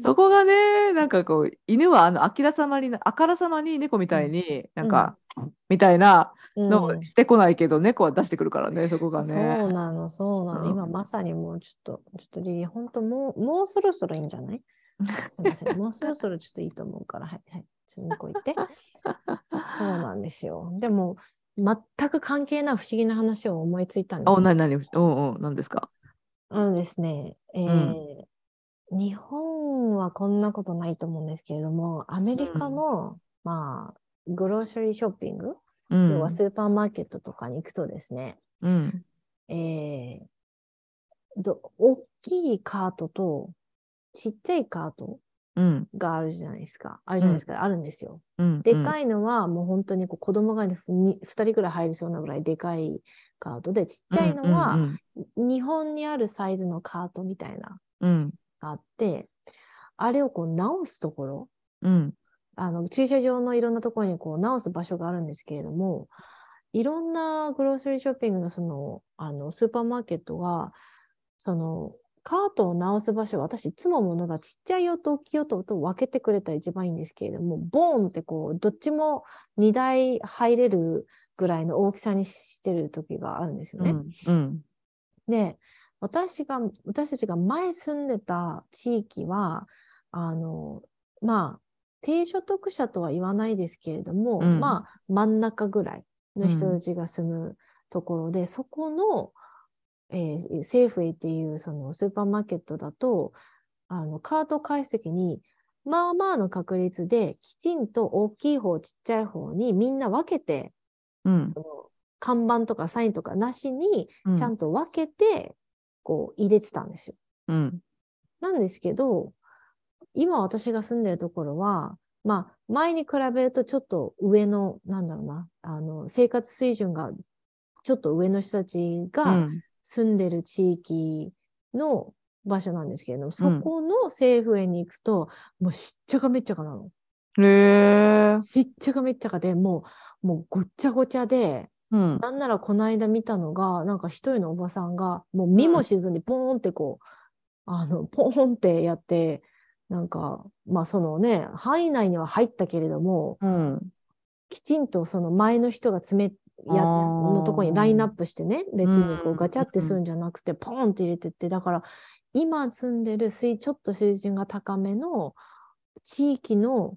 Speaker 1: そこがね、なんかこう、犬はあの、あきらさまに、あからさまに猫みたいに、なんか、みたいな
Speaker 2: うん
Speaker 1: のをしてこないけど、猫は出してくるからね、そこが
Speaker 2: そう
Speaker 1: ね。
Speaker 2: なの、そうなの。
Speaker 1: うん
Speaker 2: 今まさにもうちょっと、ちょっとリリー、本当もう、もうそろそろいいんじゃないすみま せん、もうそろそろちょっといいと思うから、はい、はい、ちょっと向こう行って。そうなんですよ。でも、全く関係ない不思議な話を思いついたんです
Speaker 1: あ、
Speaker 2: けど
Speaker 1: なになに、うんうん、なんですか。
Speaker 2: あのですね、えー日本はこんなことないと思うんですけれども、アメリカの、まあ、グローシャリーショッピング、
Speaker 1: うん。
Speaker 2: 要はスーパーマーケットとかに行くとですね、
Speaker 1: うん。
Speaker 2: えーど、大きいカートとちっちゃいカート
Speaker 1: うん。
Speaker 2: があるじゃないですか。あるじゃないですか。あるんですよ。
Speaker 1: うん。
Speaker 2: でかいのはもう本当にこう子供が2人ぐらい入りそうなぐらいでかいカートで、ちっちゃいのは、
Speaker 1: うんうん
Speaker 2: 日本にあるサイズのカートみたいな
Speaker 1: うん。
Speaker 2: があって、あれをこう直すところ、
Speaker 1: うん。
Speaker 2: あの駐車場のいろんなところにこう直す場所があるんですけれども、いろんなグロースリーショッピングのその、あのスーパーマーケットが、そのカートを直す場所は私いつもものがちっちゃい用と大きい用とと分けてくれたら一番いいんですけれども、ボーンってこう、どっちも2台入れるぐらいの大きさにしてる時があるんですよね。
Speaker 1: うん。
Speaker 2: で、私が、私たちが前住んでた地域は、あの、まあ、低所得者とは言わないですけれども、
Speaker 1: うん
Speaker 2: まあ、真ん中ぐらいの人たちが住むところで、そこの、えーセーフウェイっていうそのスーパーマーケットだと、あの、カート解析に、まあまあの確率で、きちんと大きい方、ちっちゃい方にみんな分けて、
Speaker 1: うん
Speaker 2: その、看板とかサインとかなしに、
Speaker 1: うん。
Speaker 2: ちゃんと分けて、こう入れてたんですよ。
Speaker 1: うん。
Speaker 2: なんですけど、今私が住んでるところは、まあ、前に比べるとちょっと上の、なんだろうな、あの、生活水準がちょっと上の人たち
Speaker 1: う
Speaker 2: が
Speaker 1: ん。
Speaker 2: 住んでる地域の場所なんですけれども、そこの政府へに行くと、もうしっちゃかめっちゃかなの。
Speaker 1: へえ。
Speaker 2: しっちゃかめっちゃかで、もう、もうごっちゃごちゃで、
Speaker 1: うん。
Speaker 2: なんならこの間見たのが、なんか一人のおばさんが、もう身もしずにポーンってこう、あの、ポーンってやって、なんか、まあそのね、範囲内には入ったけれども、
Speaker 1: うん。
Speaker 2: きちんとその前の人が詰め、や
Speaker 1: あー
Speaker 2: のとこにラインナップしてね、列にこ
Speaker 1: う
Speaker 2: うんガチャってするんじゃなくて、ポーンって入れてって、だから今住んでる水、ちょっと水準が高めの地域の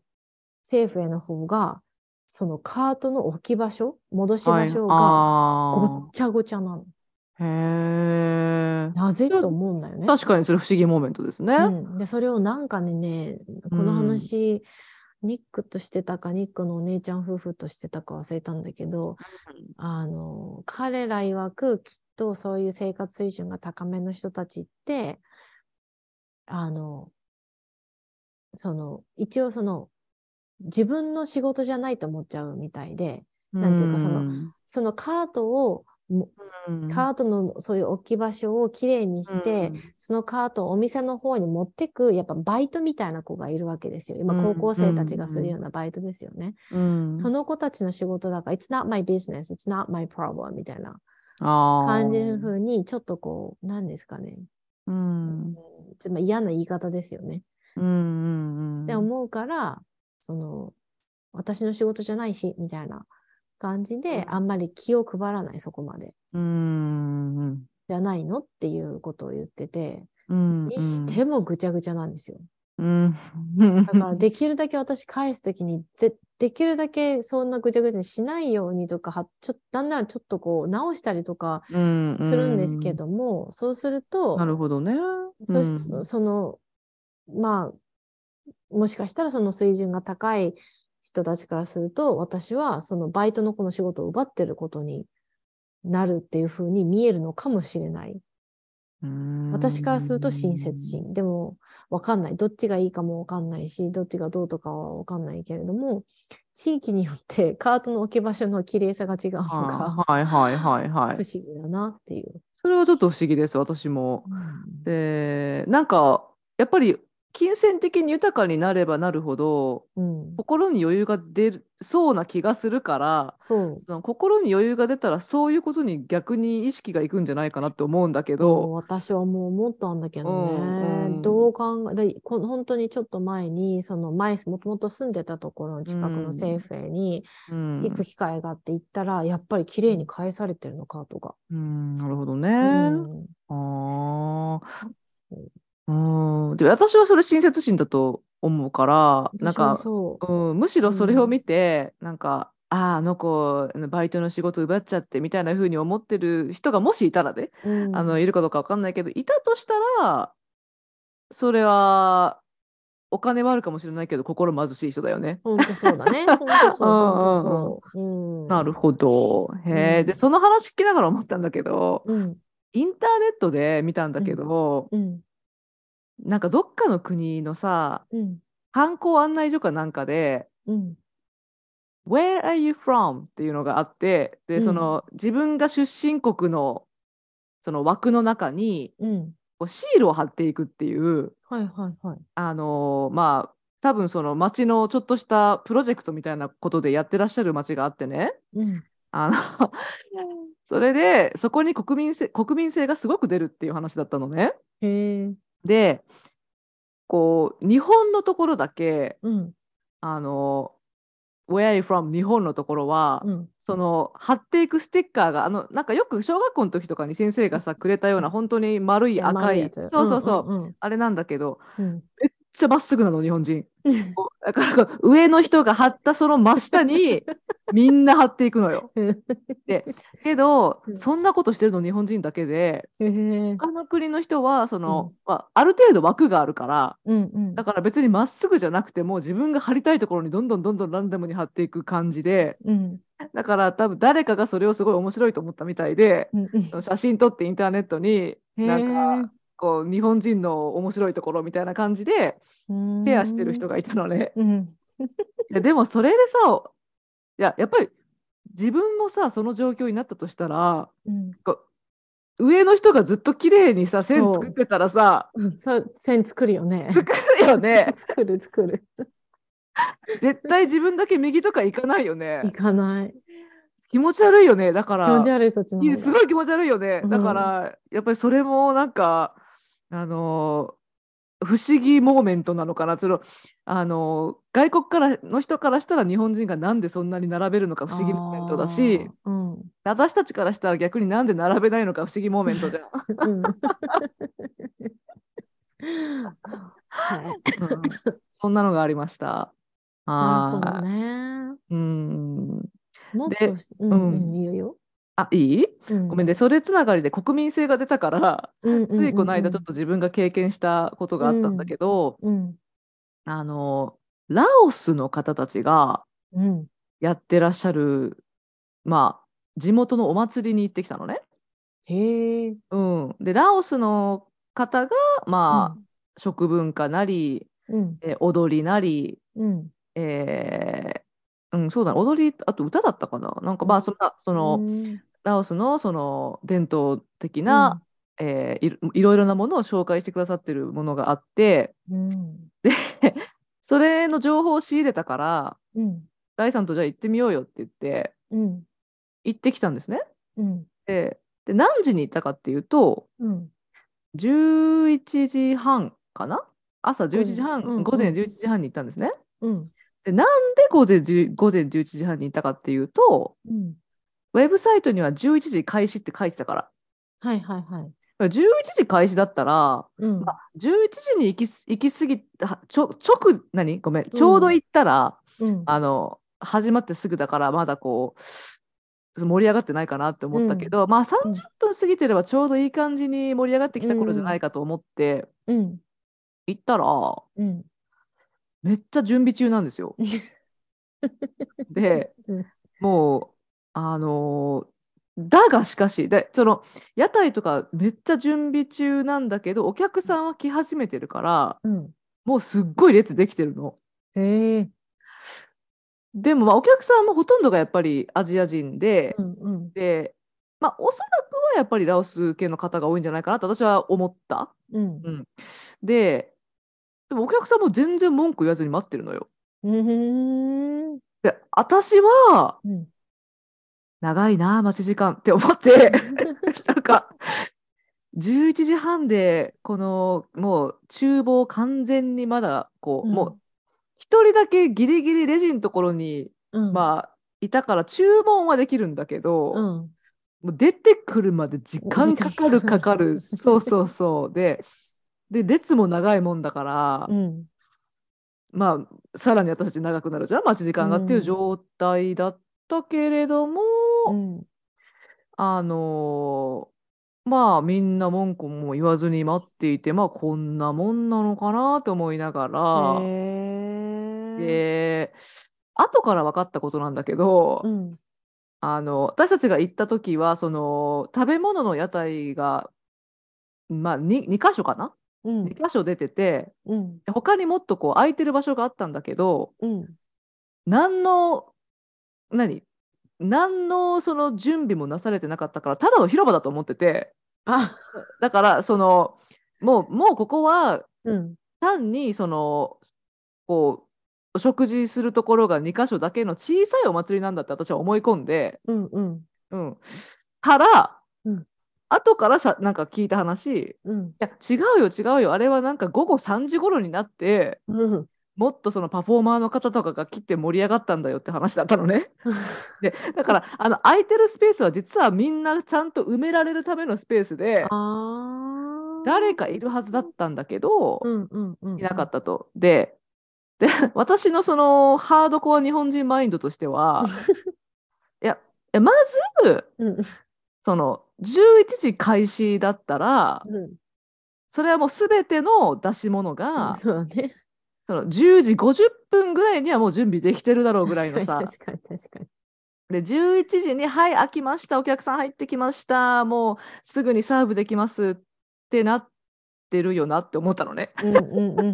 Speaker 2: 政府への方が、そのカートの置き場所、戻し場所がご
Speaker 1: あ
Speaker 2: っちゃごちゃなの。
Speaker 1: あー。へえ。
Speaker 2: なぜと思うんだよね。
Speaker 1: 確かにそれ不思議モーメントですね。
Speaker 2: うん、でそれをなんかねこの話、ニックとしてたかニックのお姉ちゃん夫婦としてたか忘れたんだけどあの彼ら曰くきっとそういう生活水準が高めの人たちってあのその一応その自分の仕事じゃないと思っちゃうみたいでなんていうかそのそのカートをも
Speaker 1: うん、
Speaker 2: カートのそういう置き場所をきれいにして、そのカートをお店の方に持ってく、やっぱバイトみたいな子がいるわけですよ。今、
Speaker 1: うん
Speaker 2: 高校生たちがするようなバイトですよね。
Speaker 1: うん、
Speaker 2: その子たちの仕事だから、it's not my business, it's not my problem みたいな
Speaker 1: 感
Speaker 2: 感じの風に、ちょっとこう、何ですかね。
Speaker 1: うん
Speaker 2: ちょっと嫌な言い方ですよね。
Speaker 1: うんうんうん、
Speaker 2: って思うから、その、私の仕事じゃないし、みたいな感じで、
Speaker 1: うん
Speaker 2: あんまり気を配らない、そこまで。
Speaker 1: うんうん
Speaker 2: じゃないのっていうことを言ってて、
Speaker 1: うん、
Speaker 2: にしてもぐちゃぐちゃなんですよ。
Speaker 1: うん、
Speaker 2: だからできるだけ私返すときにで、できるだけそんなぐちゃぐちゃにしないようにとか、はちょなんならちょっとこう直したりとか
Speaker 1: する
Speaker 2: するんですけ、ども、そうすると、
Speaker 1: なるほどね。
Speaker 2: そそその、まあ、もしかしたらその水準が高い人たちからすると、私はそのバイトの子の仕事を奪ってることになるっていうふうに見えるのかもしれない。
Speaker 1: うん
Speaker 2: 私からすると親切。心。でも、わかんない。どっちがいいかもわかんないし、どっちがどうとかはわかんないけれども、地域によって カートの置き場所の綺麗さが違うの
Speaker 1: あ
Speaker 2: が、
Speaker 1: はいはいはいは
Speaker 2: 不
Speaker 1: い。
Speaker 2: 思議だなっていう。
Speaker 1: それはちょっと不思議です、私も。で、なんか、やっぱり金銭的に豊かになればなるほど、
Speaker 2: うん。
Speaker 1: 心に余裕が出るそうな気がするから、
Speaker 2: そう。
Speaker 1: その心に余裕が出たらそういうことに逆に意識がいくんじゃないかなって思うんだけ
Speaker 2: もう
Speaker 1: ど、
Speaker 2: 私はもう思ったんだけどね、
Speaker 1: うんうん
Speaker 2: どう考えでこ本当にちょっと前にその前もともと住んでたところの近く
Speaker 1: うん
Speaker 2: の政府へに
Speaker 1: うん
Speaker 2: 行く機会があって行ったら、やっぱり綺麗に返されてるのカートが、
Speaker 1: うんなるほどね。
Speaker 2: うん
Speaker 1: ああうんで私はそれ親切心だと思うからなん
Speaker 2: 私は
Speaker 1: か
Speaker 2: そう
Speaker 1: うん、むしろそれを見て、なんかあああの子バイトの仕事奪っちゃってみたいな風に思ってる人がもしいたらね、
Speaker 2: うん
Speaker 1: あのいるかどうかわかんないけどいたとしたらそれはお金はあるかもしれないけど心貧しい人だよね。
Speaker 2: 本当そうだ ね。本
Speaker 1: うん
Speaker 2: 当そう。本当そう。うん
Speaker 1: なるほど。へえ、
Speaker 2: うん
Speaker 1: でその話聞きながら思ったんだけど
Speaker 2: うん
Speaker 1: インターネットで見たんだけど、
Speaker 2: うん
Speaker 1: なんかどっかの国のさ
Speaker 2: うん
Speaker 1: 観光案内所かなんかで
Speaker 2: うん。
Speaker 1: Where are you from? っていうのがあってで、
Speaker 2: うん
Speaker 1: その自分が出身国のその枠の中に
Speaker 2: うん。
Speaker 1: こうシールを貼っていくっていう、
Speaker 2: はいはいはい。
Speaker 1: あのーまあ多分その町のちょっとしたプロジェクトみたいなことでやってらっしゃる町があってね
Speaker 2: うん
Speaker 1: あのそれでそこに国民性国民性がすごく出るっていう話だったのね。
Speaker 2: へえ。
Speaker 1: でこう日本のところだけ
Speaker 2: うん
Speaker 1: あの Where are you from? 日本のところは、
Speaker 2: うん
Speaker 1: その貼っていくステッカーがあのなんかよく小学校の時とかに先生がさくれたような本当に丸い赤い
Speaker 2: やつ
Speaker 1: そうそうそう,、
Speaker 2: うん
Speaker 1: あれなんだけどめっ
Speaker 2: うん
Speaker 1: ちゃまっすぐなの日本人
Speaker 2: うん。
Speaker 1: だからこう上の人が貼ったその真下 にみんな貼っていくのよけど、
Speaker 2: うん
Speaker 1: そんなことしてるの日本人だけで
Speaker 2: へえ。
Speaker 1: 他の国の人はその、
Speaker 2: う
Speaker 1: まあ、ある程度枠があるから
Speaker 2: うんうん
Speaker 1: だ。から別にまっすぐじゃなくても自分が貼りたいところにどんどんどんどんランダムに貼っていく感じで
Speaker 2: うん
Speaker 1: だから多分誰かがそれをすごい面白いと思ったみたいで
Speaker 2: うんうん
Speaker 1: その写真撮ってインターネットに
Speaker 2: へえ
Speaker 1: なんかこう日本人の面白いところみたいな感じで
Speaker 2: うん
Speaker 1: シェアしてる人がいたのね。
Speaker 2: うん
Speaker 1: いやでもそれでさいややっぱり自分もさその状況になったとしたら
Speaker 2: うん
Speaker 1: 上の人がずっと綺麗にさ線作ってたらさ
Speaker 2: うんそう線作るよね。
Speaker 1: 作るよね
Speaker 2: 作る作る。
Speaker 1: 絶対自分だけ右とか行かないよね
Speaker 2: 行かない。
Speaker 1: 気持ち悪いよねだか
Speaker 2: 気
Speaker 1: ら
Speaker 2: 持ち悪いそっちの
Speaker 1: い
Speaker 2: 方
Speaker 1: や
Speaker 2: が。
Speaker 1: すごい気持ち悪いよね。
Speaker 2: うん
Speaker 1: だから、やっぱりそれもなんか、あの不思議モーメントなのかなそのあの外国からの人からしたら日本人がなんでそんなに並べるのか不思議モーメントだし
Speaker 2: あーうん
Speaker 1: 私たちからしたら逆になんで並べないのか不思議モーメントじゃ ん。
Speaker 2: うんはい
Speaker 1: うんそんなのがありました。
Speaker 2: なるほ
Speaker 1: は
Speaker 2: ど
Speaker 1: い
Speaker 2: ね。
Speaker 1: うん
Speaker 2: もっ
Speaker 1: で
Speaker 2: とし、うん、
Speaker 1: うん
Speaker 2: うん、いいよいいよ。
Speaker 1: あいい
Speaker 2: うん、
Speaker 1: ごめんねそれつながりで国民性が出たから
Speaker 2: うん、
Speaker 1: ついこの間ちょっ
Speaker 2: と。
Speaker 1: と自分が経験したことがあったんだけど、
Speaker 2: うん、
Speaker 1: あのラオスの方たちが
Speaker 2: うん、
Speaker 1: やってらっしゃるまあ地元のお祭りに行ってきたのね。
Speaker 2: へえ。
Speaker 1: うん、でラオスの方がまあ、食文化なり、
Speaker 2: うん、
Speaker 1: えー踊りなり、
Speaker 2: うん、
Speaker 1: えーうん、そうだ踊りあと歌だったかななんかまあそんなその、
Speaker 2: うん
Speaker 1: ラオスのその伝統的な、、えーいろいろいろなものを紹介してくださってるものがあって
Speaker 2: うん、
Speaker 1: それの情報を仕入れたから
Speaker 2: うん、
Speaker 1: 大さんとじゃあ行ってみようよって言って
Speaker 2: うん、
Speaker 1: 行ってきたんですね。
Speaker 2: うん、
Speaker 1: でで何時に行ったかっていうと
Speaker 2: うん、
Speaker 1: 11時半かな朝11時半、
Speaker 2: うんうん
Speaker 1: 午前
Speaker 2: うん
Speaker 1: 11時半に行ったんですね。
Speaker 2: うん、
Speaker 1: でなんで午前10午前11時半に行ったかっていうと
Speaker 2: うん、
Speaker 1: ウェブサイトには11時開始って書いてたから
Speaker 2: はい、はい、は
Speaker 1: だ
Speaker 2: い。
Speaker 1: から11時開始だったら
Speaker 2: うん、
Speaker 1: 11時に行きす行き過ぎたちょ直何ごめんちょうど行ったら、
Speaker 2: うん、
Speaker 1: あの始まってすぐだからまだこう盛り上がってないかなって思ったけど、まあ30分過ぎてればちょうどいい感じに盛り上がってきた頃じゃないかと思って
Speaker 2: うん、
Speaker 1: 行ったら
Speaker 2: うん、
Speaker 1: めっちゃ準備中なんですよ。で
Speaker 2: うん
Speaker 1: もうあのーだがしかしでその屋台とかめっちゃ準備中なんだけどお客さんは来始めてるから
Speaker 2: うん、
Speaker 1: もうすっごい列できてるの。
Speaker 2: へえ。
Speaker 1: でもまあお客さんもほとんどがやっぱりアジア人で、
Speaker 2: うん、うん、
Speaker 1: で、まあ、おそらくはやっぱりラオス系の方が多いんじゃないかなと私は思った。
Speaker 2: うん、
Speaker 1: で、でもお客さんも全然文句言わずに待ってるのよ。
Speaker 2: うん、
Speaker 1: で、私は
Speaker 2: うん。
Speaker 1: 長いなあ、待ち時間って思って、 なんか、11時半で、このもう厨房完全にまだ、こう、
Speaker 2: うん
Speaker 1: もう一人だけギリギリレジのところに、
Speaker 2: うん、
Speaker 1: まあ、いたから注文はできるんだけど、
Speaker 2: うん、
Speaker 1: もう出てくるまで時間かかる
Speaker 2: 時
Speaker 1: かか
Speaker 2: 間かか
Speaker 1: る
Speaker 2: る
Speaker 1: そうそうそうでで列も長いもんだから、
Speaker 2: うん、
Speaker 1: まあさらに私たち長くなるじゃん待ち時間がっていう状態だったけれども、
Speaker 2: うん、
Speaker 1: あのーまあみんな文句も言わずに待っていてまあこんなもんなのかなと思いながら、
Speaker 2: へえ。
Speaker 1: で後から分かったことなんだけど、
Speaker 2: うん、
Speaker 1: あの私たちが行った時はその食べ物の屋台が、まあ、2, 2箇所かな
Speaker 2: うん
Speaker 1: 2、箇所出てて
Speaker 2: うん、
Speaker 1: 他にもっとこう空いてる場所があったんだけど
Speaker 2: うん。
Speaker 1: 何の何何のその準備もなされてなかったからただの広場だと思ってて
Speaker 2: あ、
Speaker 1: だからそのもうもうここは
Speaker 2: うん、
Speaker 1: 単にそのこうお食事するところが2箇所だけの小さいお祭りなんだって私は思い込んで。
Speaker 2: うん、うん、
Speaker 1: うん、から、
Speaker 2: うん
Speaker 1: 後からさなんか聞いた話い
Speaker 2: うん、
Speaker 1: や違うよ違うよあれはなんか午後3時頃になって
Speaker 2: うん。
Speaker 1: もっとそのパフォーマーの方とかが来て盛り上がったんだよって話だったの ねでだからあの空いてるスペースは実はみんなちゃんと埋められるためのスペースで
Speaker 2: あ
Speaker 1: 誰かいるはずだったんだけど、
Speaker 2: うんうんうん、
Speaker 1: いなかったと。で で私のそのハードコア日本人マインドとして はいやいやまず
Speaker 2: うん
Speaker 1: その11時開始だったら
Speaker 2: うん、
Speaker 1: それはもう全ての出し物が、
Speaker 2: そうだね。
Speaker 1: その10時50分ぐらいにはもう準備できてるだろうぐらいのさ
Speaker 2: 確かに確かに。
Speaker 1: で11時に「はい開きましたお客さん入ってきましたもうすぐにサーブできます」ってなってるよなって思ったのね。
Speaker 2: うんうんうん。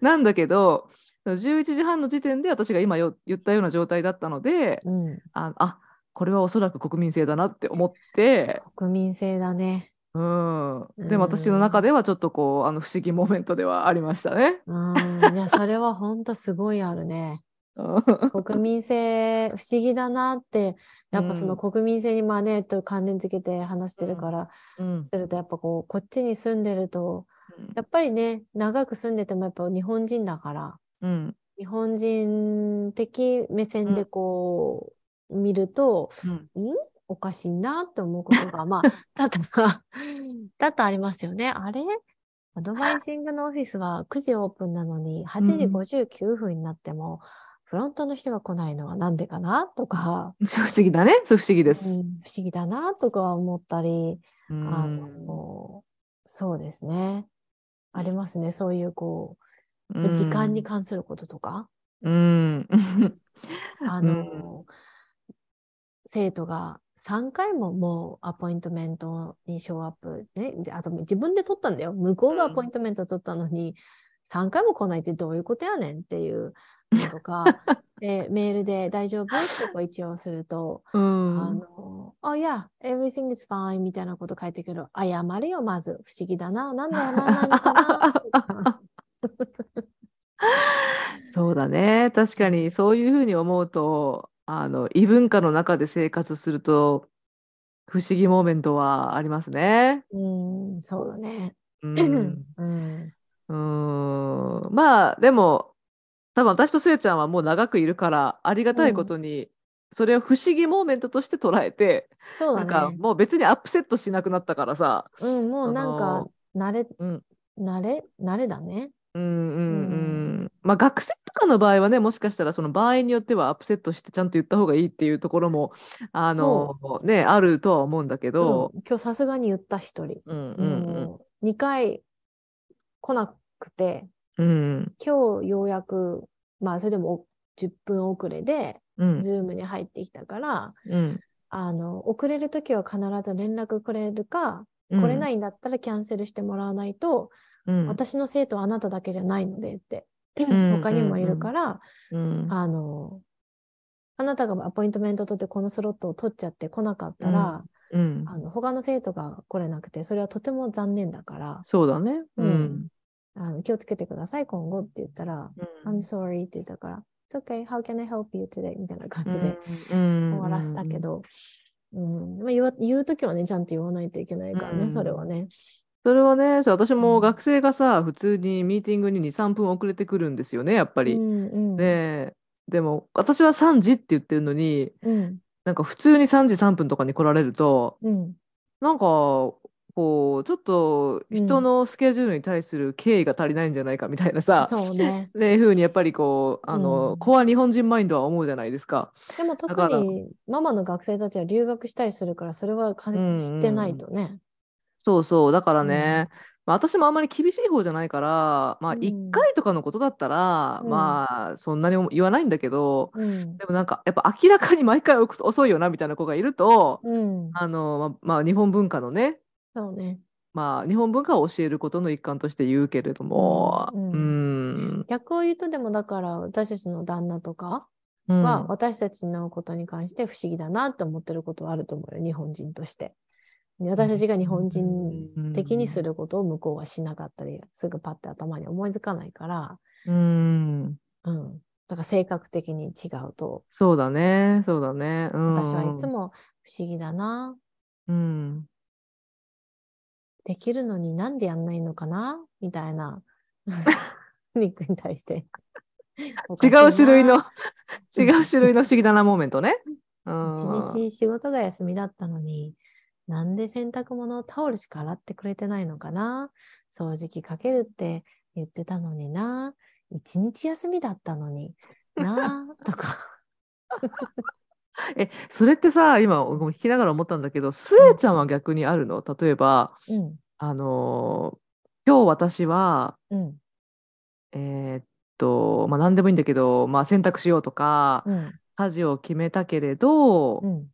Speaker 1: なんだけどその11時半の時点で私が今よ言ったような状態だったので
Speaker 2: うん、
Speaker 1: ああこれはおそらく国民性だなって思って。
Speaker 2: 国民性だね。
Speaker 1: うん、で
Speaker 2: うん
Speaker 1: 私の中ではちょっとこうあの不思議モーメントではありましたね。
Speaker 2: うん、いや、それは本当すごいあるね。
Speaker 1: うん
Speaker 2: 国民性不思議だなって、やっぱその国民性にまあね、と関連付けて話してるから、するとやっぱこう、こっちに住んでると、やっぱりね、長く住んでてもやっぱ日本人だから、
Speaker 1: うん。
Speaker 2: 日本人的目線
Speaker 1: うん
Speaker 2: でこう、見ると、
Speaker 1: うん
Speaker 2: おかしいなって思うこと が、まあ、多々、多々ありますよね。あれアドバイシングのオフィスは9時オープンなのに、
Speaker 1: うん
Speaker 2: 8時59分になっても、フロントの人が来ないのはなんでかなとか、
Speaker 1: 不思議だね。そう不思議で
Speaker 2: うん
Speaker 1: す。
Speaker 2: 不思議だなとか思ったり、
Speaker 1: うん
Speaker 2: あの、そうですね。ありますね。そういう、こう、時間に関することとか、
Speaker 1: うん。
Speaker 2: あの、生徒が3回ももうアポイントメントにショーアップ、ね、であと自分で取ったんだよ。向こうが
Speaker 1: う
Speaker 2: ア
Speaker 1: ん
Speaker 2: ポイントメント取ったのに、3回も来ないってどういうことやねんっていうの とか、でメールで大丈夫ってこう一応すると、
Speaker 1: うん。
Speaker 2: あの、あ、いや、everything is fine みたいなこと書いてくる。謝れよ、まず。不思議だな。なんだよな、なんだかな。と か
Speaker 1: そうだね。確かにそういうふうに思うと、あの異文化の中で生活すると不思議モーメントはありますね。
Speaker 2: うん、そうだね。
Speaker 1: うん。
Speaker 2: うん。
Speaker 1: うんまあでも多分私とすえちゃんはもう長くいるからありがたいことに、それを不思議モーメントとして捉えて、
Speaker 2: そう
Speaker 1: なん
Speaker 2: だ
Speaker 1: か
Speaker 2: ね。
Speaker 1: もう別にアップセットしなくなったからさ。
Speaker 2: うん、もうなん
Speaker 1: あ
Speaker 2: か
Speaker 1: の、
Speaker 2: 慣れ、
Speaker 1: うん
Speaker 2: 慣れ、慣れだね。
Speaker 1: うんうんうんまあ学生とかの場合はねもしかしたらその場合によってはアップセットしてちゃんと言った方がいいっていうところもあのねあるとは思うんだけど、
Speaker 2: うん今日さすがに言った一人。
Speaker 1: うんう
Speaker 2: うん2回来なくて、
Speaker 1: うんうん
Speaker 2: 今日ようやく、まあ、それでも10分遅れで、
Speaker 1: うん
Speaker 2: ズームに入ってきたから、
Speaker 1: うん
Speaker 2: あの、遅れるときは必ず連絡くれるか、
Speaker 1: うん
Speaker 2: 来れないんだったらキャンセルしてもらわないと、
Speaker 1: うん
Speaker 2: 私の生徒はあなただけじゃないのでって、
Speaker 1: ん
Speaker 2: 他にもいるから、
Speaker 1: うん
Speaker 2: あの、あなたがアポイントメント取ってこのスロットを取っちゃって来なかったら、
Speaker 1: うん
Speaker 2: あの他の生徒が来れなくて、それはとても残念だから、
Speaker 1: そうだねうん
Speaker 2: あの気をつけてください、今後って言ったら、
Speaker 1: うん
Speaker 2: I'm sorry って言ったから、It's okay, how can I help you today? みたいな感じで、
Speaker 1: 終
Speaker 2: 終わらせたけど、うんまあ、言わ言うときはね、ちゃんと言わないといけないからね、
Speaker 1: うん
Speaker 2: それはね。
Speaker 1: それはねそう私
Speaker 2: う
Speaker 1: も
Speaker 2: ん
Speaker 1: 学生がさ普通にミーティングに23分遅れてくるんですよねやっぱ
Speaker 2: う
Speaker 1: り。
Speaker 2: んうん
Speaker 1: ででも私は3時って言ってるのに
Speaker 2: うん
Speaker 1: なんか普通に3時3分とかに来られると、
Speaker 2: うん
Speaker 1: なんか、こう、ちょっと
Speaker 2: うん
Speaker 1: 人のスケジュールに対する敬意が足りないんじゃないかみたいなさ、
Speaker 2: そうね。
Speaker 1: ね、ふうにやっぱりこう、あ
Speaker 2: う
Speaker 1: の、
Speaker 2: ん
Speaker 1: コア日本人マインドは思うじゃないですか。
Speaker 2: でも特
Speaker 1: だから
Speaker 2: にママの学生たちは留学したりするから、それはか
Speaker 1: うんうん
Speaker 2: 知ってないとね。
Speaker 1: そうそう、だからね、まあ、私もあんまり厳しい方じゃないから、まあ、
Speaker 2: うん
Speaker 1: 1回とかのことだったら、
Speaker 2: うん
Speaker 1: まあ、そんなに言わないんだけど、
Speaker 2: うん
Speaker 1: でもなんか、やっぱ明らかに毎回遅いよなみたいな子がいると、
Speaker 2: うん、
Speaker 1: あの、まあ、まあ日本文化のね、
Speaker 2: そうね。
Speaker 1: まあ、日本文化を教えることの一環として言うけれども、
Speaker 2: うん
Speaker 1: うん、
Speaker 2: 逆を言うとでもだから私たちの旦那とか
Speaker 1: うん
Speaker 2: は私たちのことに関して不思議だなって思ってることはあると思うよ、日本人として。私たちが日本人的にすることを向こうはしなかったり、すぐパッて頭に思いつかないから、
Speaker 1: うん、
Speaker 2: うん。だから性格的に違うと、
Speaker 1: そうだね、そうだね。うん、
Speaker 2: 私はいつも不思議だな、
Speaker 1: うん、
Speaker 2: できるのになんでやんないのかなみた いな、ニックに対して。
Speaker 1: 違う種類の、
Speaker 2: う
Speaker 1: 違
Speaker 2: ん
Speaker 1: う種類の不思議だなモーメントね。うん、
Speaker 2: 一日仕事が休みだったのに、なんで洗濯物をタオルしか洗ってくれてないのかな掃除機かけるって言ってたのにな。一日休みだったのに な。とか。
Speaker 1: え、それってさ、今ごめん聞きながら思ったんだけど、スエちゃんは逆にあるの例えば、
Speaker 2: うん。
Speaker 1: あのー今日私は、
Speaker 2: うん。
Speaker 1: えーっと、まあ何でもいいんだけど、まあ洗濯しようとか、
Speaker 2: うん。
Speaker 1: 家事を決めたけれど、
Speaker 2: うん。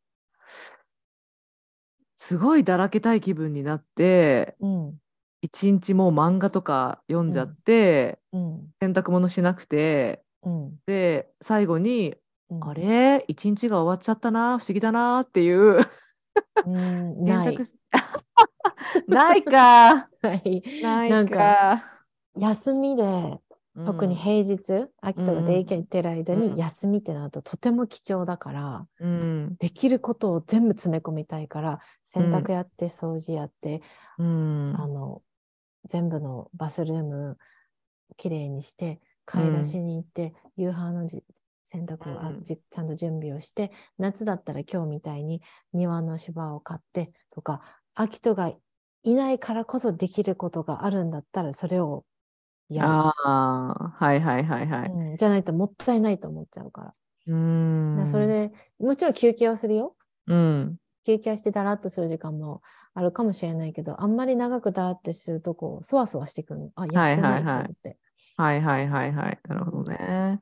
Speaker 1: すごいだらけたい気分になって
Speaker 2: うん。
Speaker 1: 一日もう漫画とか読んじゃって、
Speaker 2: うん。
Speaker 1: 洗濯物しなくて
Speaker 2: うん。
Speaker 1: で最後に
Speaker 2: うん
Speaker 1: 「あれ一日が終わっちゃったな不思議だな」っていう
Speaker 2: うん
Speaker 1: 洗
Speaker 2: ない
Speaker 1: 濯。し ないか
Speaker 2: はい。
Speaker 1: ないか
Speaker 2: なんか 休みで、特に平日、秋とかデイケア行ってる間
Speaker 1: うん
Speaker 2: に休みってなるととても貴重だから、
Speaker 1: うん
Speaker 2: できることを全部詰め込みたいから
Speaker 1: うん
Speaker 2: 洗濯やって掃除やって、
Speaker 1: うん
Speaker 2: あの全部のバスルームきれいにして買い出しに行って、夕飯のじ洗濯を、あ
Speaker 1: うん
Speaker 2: じちゃんと準備をして夏だったら今日みたいに庭の芝を買ってとか秋人がいないからこそできることがあるんだったらそれをやる、
Speaker 1: ああ、はいはいはいはい。
Speaker 2: うんじゃないともったいないと思っちゃうから。
Speaker 1: う
Speaker 2: だか
Speaker 1: ん。
Speaker 2: らそれ、でもちろん休憩はするよ。
Speaker 1: うん。
Speaker 2: 休憩してだらっとする時間もあるかもしれないけど、あんまり長くだらってするとこう、そわそわしてくるの。あ、やってないと思って。
Speaker 1: はいはいはいはい。なるほどね。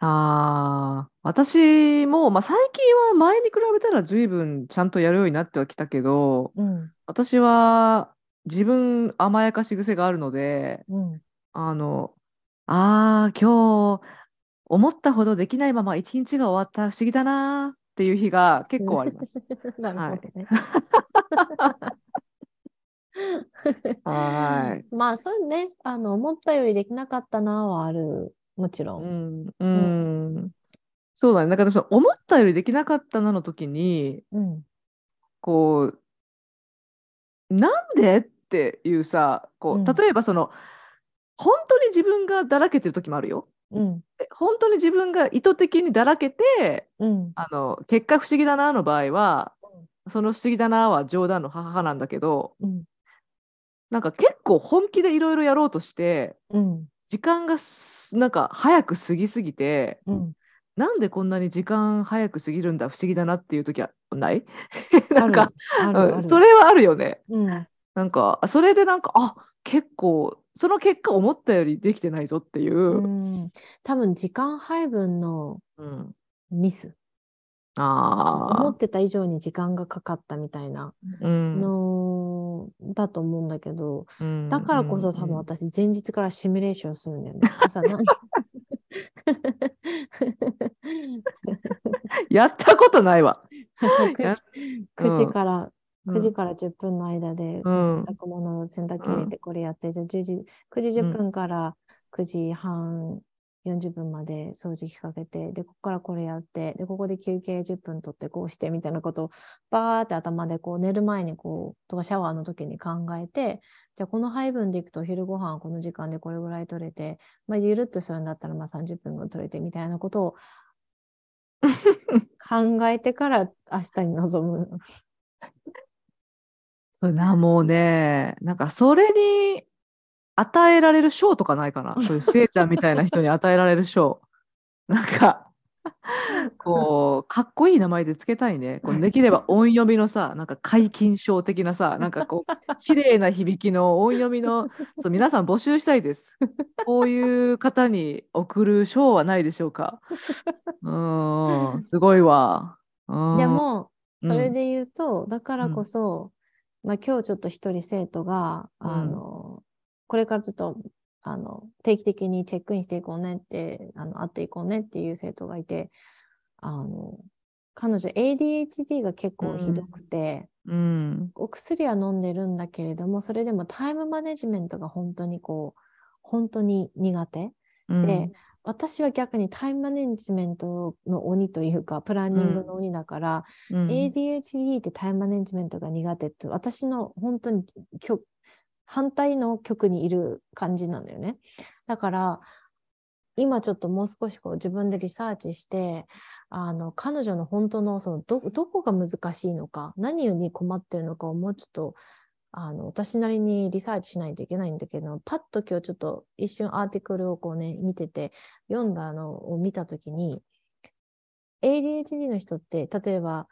Speaker 1: ああ、私も、まあ、最近は前に比べたら随分ちゃんとやるようになってはきたけど、
Speaker 2: うん、
Speaker 1: 私は自分甘やかし癖があるので、
Speaker 2: うん、
Speaker 1: あの、ああ、今日思ったほどできないまま一日が終わった不思議だなーっていう日が結構あります。
Speaker 2: す。なるほどね。
Speaker 1: はーい。
Speaker 2: まあ、そうね、あの、思ったよりできなかったなはある。もちろ。
Speaker 1: うんん、うん。そうだね。なんかでもその思ったよりできなかったなの時に、
Speaker 2: うん、
Speaker 1: こう、なんでっていうさ、
Speaker 2: う
Speaker 1: こ
Speaker 2: ん
Speaker 1: う、例えばその、本当に自分がだらけてる時もあるよ。
Speaker 2: うん、
Speaker 1: え本当に自分が意図的にだらけて、
Speaker 2: うん、
Speaker 1: あの、結果不思議だなの場合は
Speaker 2: うん、
Speaker 1: その不思議だなは冗談の母なんだけど、
Speaker 2: うん、
Speaker 1: なんか結構本気でいろいろやろうとして、
Speaker 2: うん、
Speaker 1: 時間がすなんか早く過ぎすぎて、
Speaker 2: うん。
Speaker 1: なんでこんなに時間早く過ぎるんだ不思議だなっていう時はない
Speaker 2: あ
Speaker 1: なん
Speaker 2: る
Speaker 1: か、
Speaker 2: ある
Speaker 1: う
Speaker 2: あ
Speaker 1: ん
Speaker 2: る。
Speaker 1: それはあるよね。
Speaker 2: うん、
Speaker 1: なんかあそれでなんかあ結構その結果思ったよりできてないぞっていうう。
Speaker 2: ん。多分、時間配分の
Speaker 1: うん、
Speaker 2: ミス。思
Speaker 1: あ
Speaker 2: ってた以上に時間がかかったみたい
Speaker 1: あ、
Speaker 2: な
Speaker 1: うん
Speaker 2: のだと思うんだけど、
Speaker 1: うん
Speaker 2: だからこそ多分私前日からシミュレーションするんだよね。朝何
Speaker 1: やったこと ないわ。
Speaker 2: 9,
Speaker 1: や
Speaker 2: 時
Speaker 1: うん
Speaker 2: 9時から、
Speaker 1: うん
Speaker 2: 9時から10分の間で洗
Speaker 1: ん
Speaker 2: 濯物を洗濯機に入れてこれやって、じゃあ10時9時10分から9時半40分まで掃除機かけてでここからこれやってでここで休憩10分取ってこうしてみたいなことをバーって頭でこう寝る前にこうとかシャワーの時に考えてじゃあこの配分でいくとお昼ご飯はこの時間でこれぐらい取れて、まあ、ゆるっとするんだったらまあ30分分取れてみたいなこ とを考えてから明日に臨む
Speaker 1: そうなもうねなんかそれに与えられる賞とかないか なそういうせいちゃんみたいな人に与えられる賞なん かこうかっこいい名前でつけたいねこうできれば音読みのさなんか解禁賞的なさなんかこう 綺麗な響きの音読みのそう皆さん募集したいですこういう方に贈る賞はないでしょう かうーんすごいわうーん
Speaker 2: でも、
Speaker 1: うん
Speaker 2: それで言うと、だからこそ、まあ今日ちょっと一人生徒が、
Speaker 1: うん
Speaker 2: あの、これからちょっと、あの、定期的にチェックインしていこうねって、あの、会っていこうねっていう生徒がいて、あの、彼女 ADHD が結構ひどくて、
Speaker 1: うん
Speaker 2: お薬は飲んでるんだけれども、それでもタイムマネジメントが本当にこう、本当に苦手。
Speaker 1: うん
Speaker 2: で、私は逆にタイムマネジメントの鬼というか、プランニングの鬼だから、
Speaker 1: うん
Speaker 2: ADHD ってタイムマネジメントが苦手って、私の本当に極反対の局にいる感じなのよね。だから、今ちょっともう少しこう自分でリサーチして、あの、彼女の本当のそのど、どこが難しいのか、何に困ってるのかをもうちょっと、あの、私なりにリサーチしないといけないんだけど、パッと今日ちょっと一瞬アーティクルをこうね、見てて、読んだのを見たときに、ADHD の人って、例えば、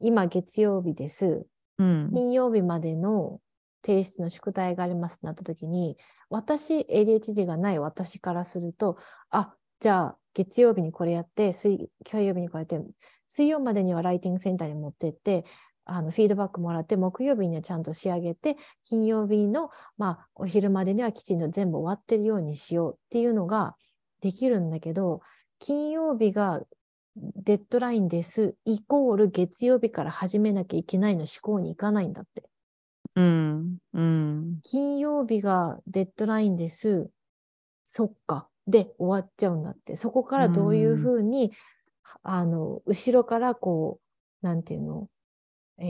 Speaker 2: 今月曜日です。
Speaker 1: うん
Speaker 2: 金曜日までの提出の宿題がありますってなった時に、私、ADHD がない私からすると、あ、じゃあ月曜日にこれやって、水火曜日にこれやって、水曜までにはライティングセンターに持ってって、あのフィードバックもらって、木曜日にはちゃんと仕上げて、金曜日の、まあ、お昼までにはきちんと全部終わってるようにしようっていうのができるんだけど、金曜日がデッドラインです、イコール月曜日から始めなきゃいけないの思考にいかないんだって。
Speaker 1: うんうん
Speaker 2: 金曜日がデッドラインです。そっか。で、終わっちゃうんだって。そこからどういうふうに、あの、後ろからこう、なんていうの、え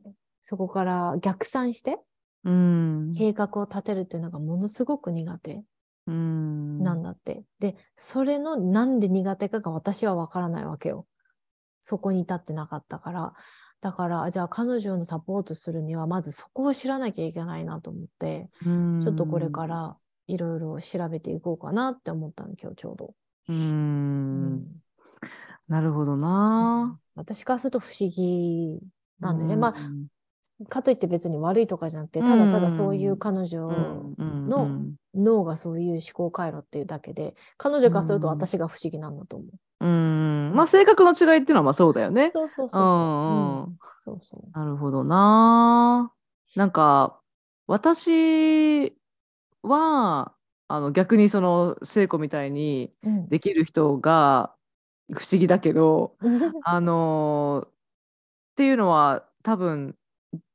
Speaker 2: ーそこから逆算して、
Speaker 1: うん。
Speaker 2: 計画を立てるっていうのがものすごく苦手
Speaker 1: うん。
Speaker 2: なんだって。で、それのなんで苦手かが私はわからないわけよ。そこに至ってなかったから。だから、じゃあ彼女のサポートするには、まずそこを知らなきゃいけないなと思って、
Speaker 1: うん
Speaker 2: ちょっとこれか。らいろいろ調べていこうかなって思ったの、今日ちょうど。
Speaker 1: う。
Speaker 2: うんん
Speaker 1: なるほどな。
Speaker 2: 私からすると不思議なんでね。
Speaker 1: あ、
Speaker 2: まあ、かといって別に悪いとかじゃなくて、ただただそういう彼女の
Speaker 1: の、
Speaker 2: 脳がそういう思考回路っていうだけで、彼女からすると
Speaker 1: うん
Speaker 2: 私が不思議なんだと思う。
Speaker 1: うん。まあ、性格の違いっていうのはまあそうだよね。
Speaker 2: そうそうそ
Speaker 1: う
Speaker 2: うそう。
Speaker 1: んう
Speaker 2: う
Speaker 1: んん。
Speaker 2: そうそう。
Speaker 1: なるほどな。なんか私はあの逆にその聖子みたいに
Speaker 2: うん
Speaker 1: できる人が不思議だけど、
Speaker 2: う
Speaker 1: あのっていうのは多分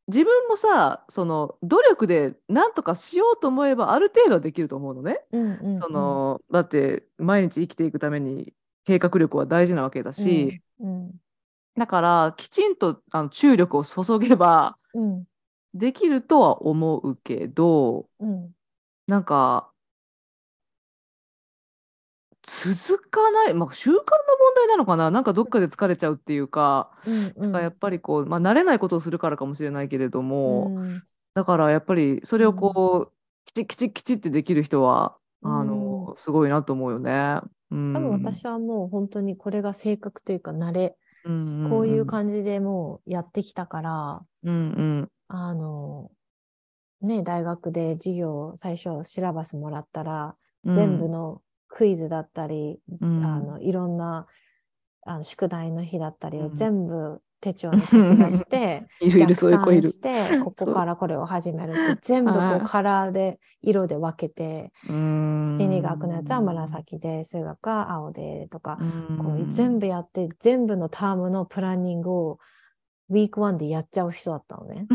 Speaker 1: 自分もさその努力でなんとかしようと思えばある程度はできると思うのね。
Speaker 2: んうんうん
Speaker 1: そのだって毎日生きていくために計画力は大事なわけだし、、
Speaker 2: うん
Speaker 1: だからきちんとあの注力を注げば
Speaker 2: うん
Speaker 1: できるとは思うけど
Speaker 2: うん
Speaker 1: なんか続かない、まあ、習慣の問題なのかななんかどっかで疲れちゃうっていうか、
Speaker 2: うんうん
Speaker 1: やっぱりこう、まあ、慣れないことをするからかもしれないけれども、
Speaker 2: うん
Speaker 1: だからやっぱりそれをこう、きちきちきちってできる人はあの、すごいなと思うよね。うん、
Speaker 2: 多分私はもう本当にこれが性格というか慣れ、
Speaker 1: うん
Speaker 2: こういう感じでもうやってきたから、
Speaker 1: じ、うん
Speaker 2: あの、ね、大学で授業を最初シラバスもらったら、
Speaker 1: うん、
Speaker 2: 全部のクイズだったり、
Speaker 1: うん
Speaker 2: あのいろんなあの宿題の日だったりを
Speaker 1: うん
Speaker 2: 全部手帳に書き出 して、
Speaker 1: いるいるそういう子いる
Speaker 2: 逆算。して ここからこれを始めるって全部こ
Speaker 1: あ
Speaker 2: う
Speaker 1: ー
Speaker 2: カラーで色で分けて心
Speaker 1: 心
Speaker 2: 理学のやつは紫で数学は青でとか、こ
Speaker 1: 部
Speaker 2: う全部やって全部のタームのプランニングをウィークワンでやっちゃう人だったの ね。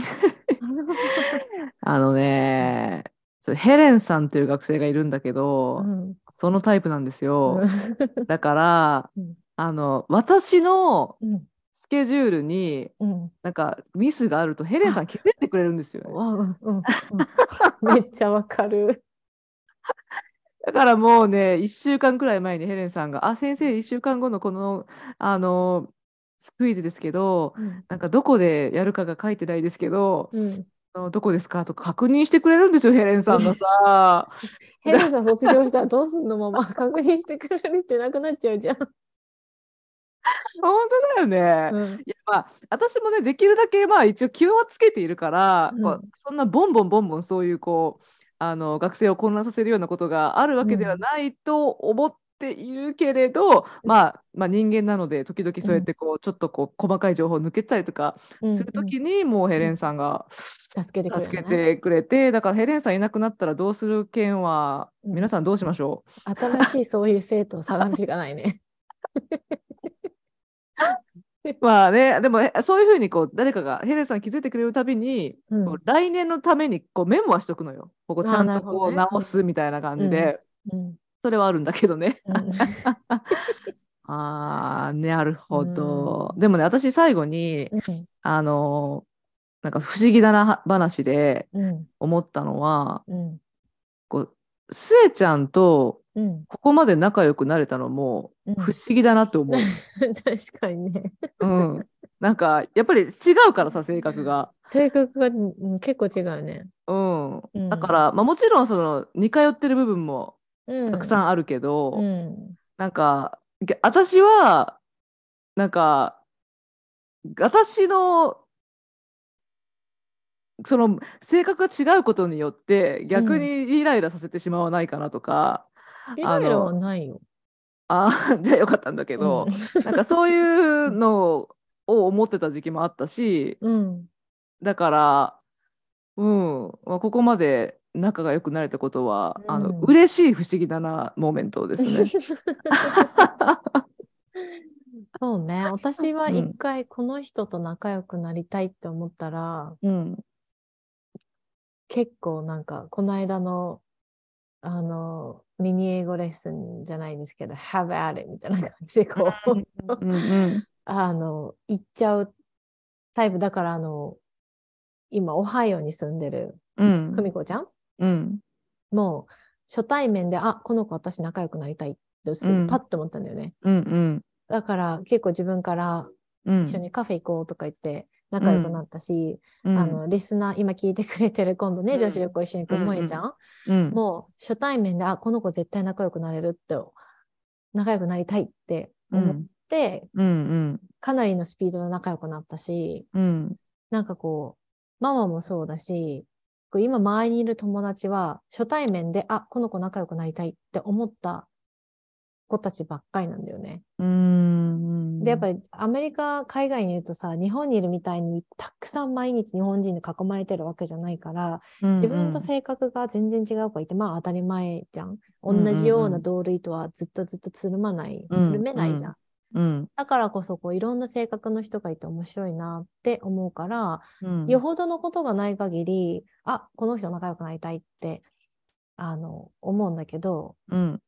Speaker 1: あのね、そうヘレンさんという学生がいるんだけど、
Speaker 2: うん
Speaker 1: そのタイプなんです
Speaker 2: う
Speaker 1: よ。
Speaker 2: ん
Speaker 1: だから、
Speaker 2: うん
Speaker 1: あの私の
Speaker 2: うん
Speaker 1: スケジュールに
Speaker 2: うん
Speaker 1: なんかミスがあるとヘレンさん気づいてくれるんですよね。
Speaker 2: わうんうんうん めっちゃわかる。
Speaker 1: だからもうね1週間くらい前にヘレンさんが「あ先生1週間後のこのあのクイズですけど
Speaker 2: うん
Speaker 1: なんかどこでやるかが書いてないですけど
Speaker 2: うん
Speaker 1: あのどこですか?」とか確認してくれるんですよヘレンさんがさ。
Speaker 2: ヘレンさん卒業したらどうすんのまま確認してくれる人いなくなっちゃ うじゃん。
Speaker 1: 本当だよね。
Speaker 2: うん
Speaker 1: いやまあ、私もねできるだけまあ一応気はつけているから、
Speaker 2: うん
Speaker 1: こうそんなボンボンボンボンそういうこうあの学生を混乱させるようなことがあるわけではないと思っているけれど、まあ、まあ人間なので時々そうやってこう、ちょっとこう細かい情報を抜けたりとか
Speaker 2: うん
Speaker 1: する時に、もうヘレンさんが
Speaker 2: 助けてくれる、
Speaker 1: 助
Speaker 2: ね。
Speaker 1: けてくれてだからヘレンさんいなくなったらどうする件は
Speaker 2: うん
Speaker 1: 皆さんどうしましょう、
Speaker 2: 新しいそういう生徒を探すしかないね。
Speaker 1: まあねでもえそういうふうにこう誰かがヘレンさん気づいてくれるたびに
Speaker 2: うん
Speaker 1: こう来年のためにこうメモはしとくのよ。ここちゃん
Speaker 2: あー
Speaker 1: と
Speaker 2: なるほど
Speaker 1: こう
Speaker 2: ね
Speaker 1: 直すみたいな感じで、
Speaker 2: うんうん
Speaker 1: それはあるんだけど ね。
Speaker 2: うん
Speaker 1: ああなるほど、でもね私最後にあのーなんか不思議だな話で
Speaker 2: うん
Speaker 1: 思ったのは
Speaker 2: うん
Speaker 1: こうスエちゃんと
Speaker 2: うん
Speaker 1: ここまで仲良くなれたのも
Speaker 2: うん
Speaker 1: 不思議だなと思う。
Speaker 2: 確かにね。
Speaker 1: うんなんかやっぱり違うからさ性格が。
Speaker 2: 性格がうん結構違うね。
Speaker 1: うん
Speaker 2: うん
Speaker 1: だから、まあ、もちろんその似通ってる部分もたくさ
Speaker 2: ん。
Speaker 1: んあるけど、
Speaker 2: うん
Speaker 1: なんか、げ私は、なんか、私の、その性格が違うことによって逆にイライラさせてしまわないかなとか、
Speaker 2: イライラはないよ。
Speaker 1: あー じゃあよかったんだけど、なんかそういうのを思ってた時期もあったし
Speaker 2: うん。
Speaker 1: だから、うんまあ、ここまで仲が良くなれたことは、あの
Speaker 2: うん
Speaker 1: 嬉しい不思議だなモーメントですね。
Speaker 2: そうね。私は
Speaker 1: うん
Speaker 2: 一回この人と仲良くなりたいって思ったら、
Speaker 1: うん、
Speaker 2: 結構なんかこの間のあのミニ英語レッスンじゃないですけど「have at it」みたいな感じでこう、
Speaker 1: うんうん
Speaker 2: あの行っちゃうタイプだからあの今オハイオに住んでる
Speaker 1: うん
Speaker 2: 久。美子ちゃん
Speaker 1: うん。
Speaker 2: もう初対面で、あ、この子私仲良くなりたいってす
Speaker 1: う
Speaker 2: ぐ
Speaker 1: ん
Speaker 2: パッと思ったんだよね。
Speaker 1: うん。
Speaker 2: だから結構自分から
Speaker 1: うん。
Speaker 2: 一緒にカフェ行こうとか言って仲良くなったし、
Speaker 1: うん。
Speaker 2: あの、リスナー今聞いてくれてる今度ね、
Speaker 1: うん
Speaker 2: 女子旅行一緒に行く萌えちゃん、
Speaker 1: うん。
Speaker 2: もう初対面で、あ、この子絶対仲良くなれるって、仲良くなりたいって
Speaker 1: う
Speaker 2: 思っ
Speaker 1: ん。
Speaker 2: て、
Speaker 1: うん。
Speaker 2: かなりのスピードで仲良くなったし、
Speaker 1: うん。
Speaker 2: なんかこう、ママもそうだし、こう今周りにいる友達は初対面で、あ、この子仲良くなりたいって思った子たちばっかりなんだよね。
Speaker 1: うん。
Speaker 2: で、やっぱりアメリカ、海外にいるとさ、日本にいるみたいにたくさん毎日日本人に囲まれてるわけじゃないから、
Speaker 1: り
Speaker 2: 自分と性格が全然違う子いて、まあ当たり前じゃん。同じような同類とはずっとずっとつるまない、
Speaker 1: うん
Speaker 2: つるめないじゃん。
Speaker 1: うん。
Speaker 2: だからこそこういろんな性格の人がいて面白いなって思うから、
Speaker 1: うん。
Speaker 2: よほどのことがない限り、あ、この人仲良くなりたいって、あの、思うんだけど、
Speaker 1: うん。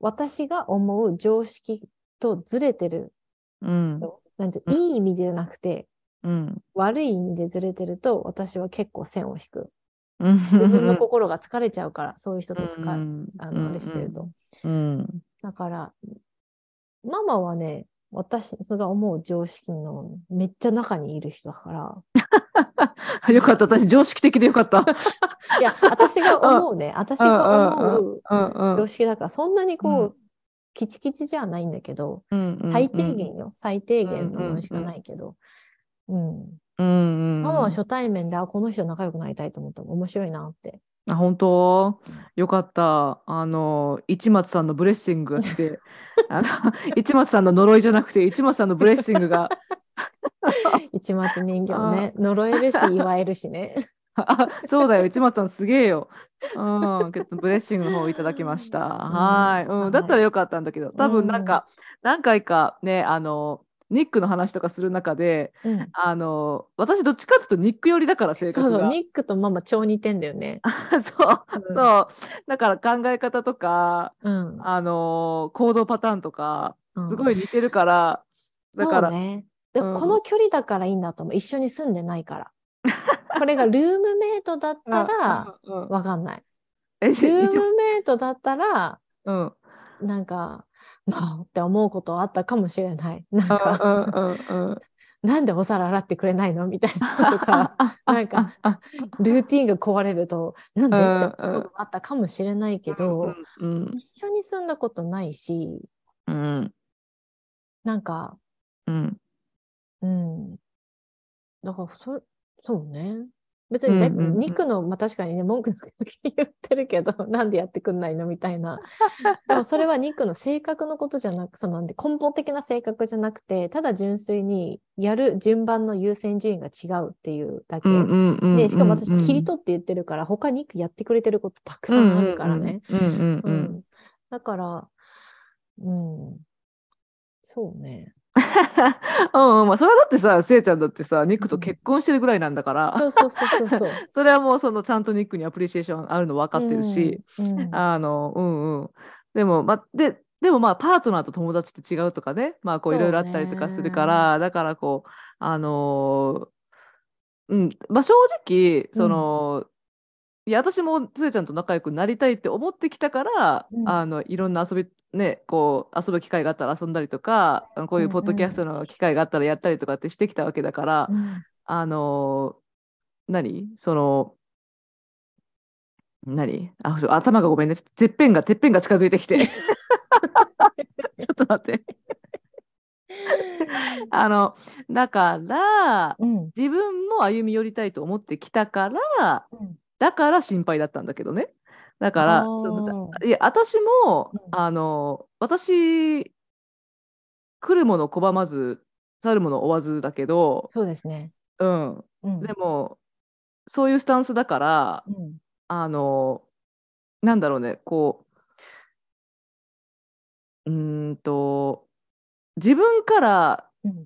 Speaker 2: 私が思う常識とずれてる
Speaker 1: うん。
Speaker 2: 人、なんて、
Speaker 1: うん
Speaker 2: いい意味でなくて、
Speaker 1: うん。
Speaker 2: 悪い意味でずれてると、私は結構線を引く。
Speaker 1: うん。
Speaker 2: 自分の心が疲れちゃうから、そういう人と使う、
Speaker 1: ん。
Speaker 2: あの、あれしてると。
Speaker 1: うん。
Speaker 2: だから、ママはね、私が思う常識のめっちゃ中にいる人だから、
Speaker 1: よかった、私、常識的でよかった。
Speaker 2: い や、私が思うね、私が思う
Speaker 1: うんう
Speaker 2: 常
Speaker 1: ん
Speaker 2: 識だから、そんなにこう、
Speaker 1: う
Speaker 2: キチキチじゃないんだけど、
Speaker 1: うんうん。
Speaker 2: 最低限よ、最低限のものしかないけど、うん。
Speaker 1: うんうん。
Speaker 2: ママは初対面で、あ、この人仲良くなりたいと思ったら面白いなって。
Speaker 1: あ、本当よかった。あの、市松さんのブレッシングが来て、あの、市松さんの呪いじゃなくて、市松さんのブレッシングが、
Speaker 2: 一抹人形ね、呪えるし、祝えるしね。
Speaker 1: あ、 そうだよ、市松さんすげえよ。うん、けどブレッシングの方をいただきました。はい。
Speaker 2: は
Speaker 1: う
Speaker 2: い
Speaker 1: ん、だったらよかったんだけど、多分なんか、何回かね、あの、ニックの話とかする中で、
Speaker 2: うん
Speaker 1: あの、私どっちかっていうとニック寄りだから、性
Speaker 2: そう
Speaker 1: 格
Speaker 2: そう、
Speaker 1: が。
Speaker 2: ニックとママ超似てんだよね。
Speaker 1: そう。
Speaker 2: う
Speaker 1: そ
Speaker 2: ん
Speaker 1: うだから考え方とか、
Speaker 2: うん。
Speaker 1: あのー行動パターンとか
Speaker 2: うん
Speaker 1: すごい似てるから、だから
Speaker 2: そうね。で
Speaker 1: うん
Speaker 2: この距離だからいいんだと思う。一緒に住んでな いから。これがルームメイトだったら、
Speaker 1: うんうんうん
Speaker 2: わかんない。
Speaker 1: え
Speaker 2: ル ー
Speaker 1: 一応
Speaker 2: ムメイトだったら、
Speaker 1: うんうん
Speaker 2: なんか、まあ、って思うことはあったかもしれない。なんか、
Speaker 1: うんうんうん
Speaker 2: なんでお皿洗ってくれないのみたい なとか、なんか、
Speaker 1: あ
Speaker 2: ルーティンが壊れると、なんで
Speaker 1: うん
Speaker 2: って思うことがあったかもしれないけ
Speaker 1: う
Speaker 2: ど
Speaker 1: ん、うん
Speaker 2: 一緒に住んだことないし、
Speaker 1: うん
Speaker 2: なんか、
Speaker 1: うん
Speaker 2: うん。だから、そ、そうね。別にね、
Speaker 1: うんうんうん
Speaker 2: 肉の、まあ確かにね、文句だけ言ってるけど、なんでやってくんないのみたいな。でもそれは肉の性格のことじゃなく、そのなんで根本的な性格じゃなくて、ただ純粋にやる順番の優先順位が違うっていうだけ。
Speaker 1: うんうんうん
Speaker 2: で、しかも私
Speaker 1: うん、
Speaker 2: 切り取って言ってるから、他肉やってくれてることたくさんあるからね。
Speaker 1: うんうんう
Speaker 2: うんん。だから、うん。そうね。
Speaker 1: うんうんまあそれはだってさせいちゃんだってさニックと結婚してるぐらいなんだから、
Speaker 2: そうそうそうそうそう。
Speaker 1: それはもうそのちゃんとニックにアプリシエーションあるの分かってるし、
Speaker 2: うん、うん
Speaker 1: あの、うんうん。でも、ま、で、でもまあ、パートナーと友達って違うとかね、まあ、こう、
Speaker 2: そ
Speaker 1: いうろいろあったりとかするか
Speaker 2: ね
Speaker 1: ら、だから、こう、あのーうん、まあ、正直、その、いや、私も、つえちゃんと仲良くなりたいって思ってきたから、
Speaker 2: うん
Speaker 1: あの、いろんな遊び、ね、こう、遊ぶ機会があったら遊んだりとか、あのこういうポッドキャストの機会があったらやったりとかってしてきたわけだから、
Speaker 2: うん
Speaker 1: あのー何その、何あ、そう頭がごめんね。てっぺんが、てっぺんが近づいてき て。ちょっと待って。あの、だから、
Speaker 2: うん
Speaker 1: 自分も歩み寄りたいと思ってきたから、
Speaker 2: うん
Speaker 1: だから心配だったんだけどね。だから、
Speaker 2: あ
Speaker 1: その
Speaker 2: ー
Speaker 1: いや、私も
Speaker 2: うん、
Speaker 1: あの、私、来るもの拒まず、去るもの追わずだけど、
Speaker 2: そうですね。
Speaker 1: うん、
Speaker 2: うん
Speaker 1: でもそういうスタンスだから
Speaker 2: うん
Speaker 1: あのなんだろうねこううーんと自分から
Speaker 2: うん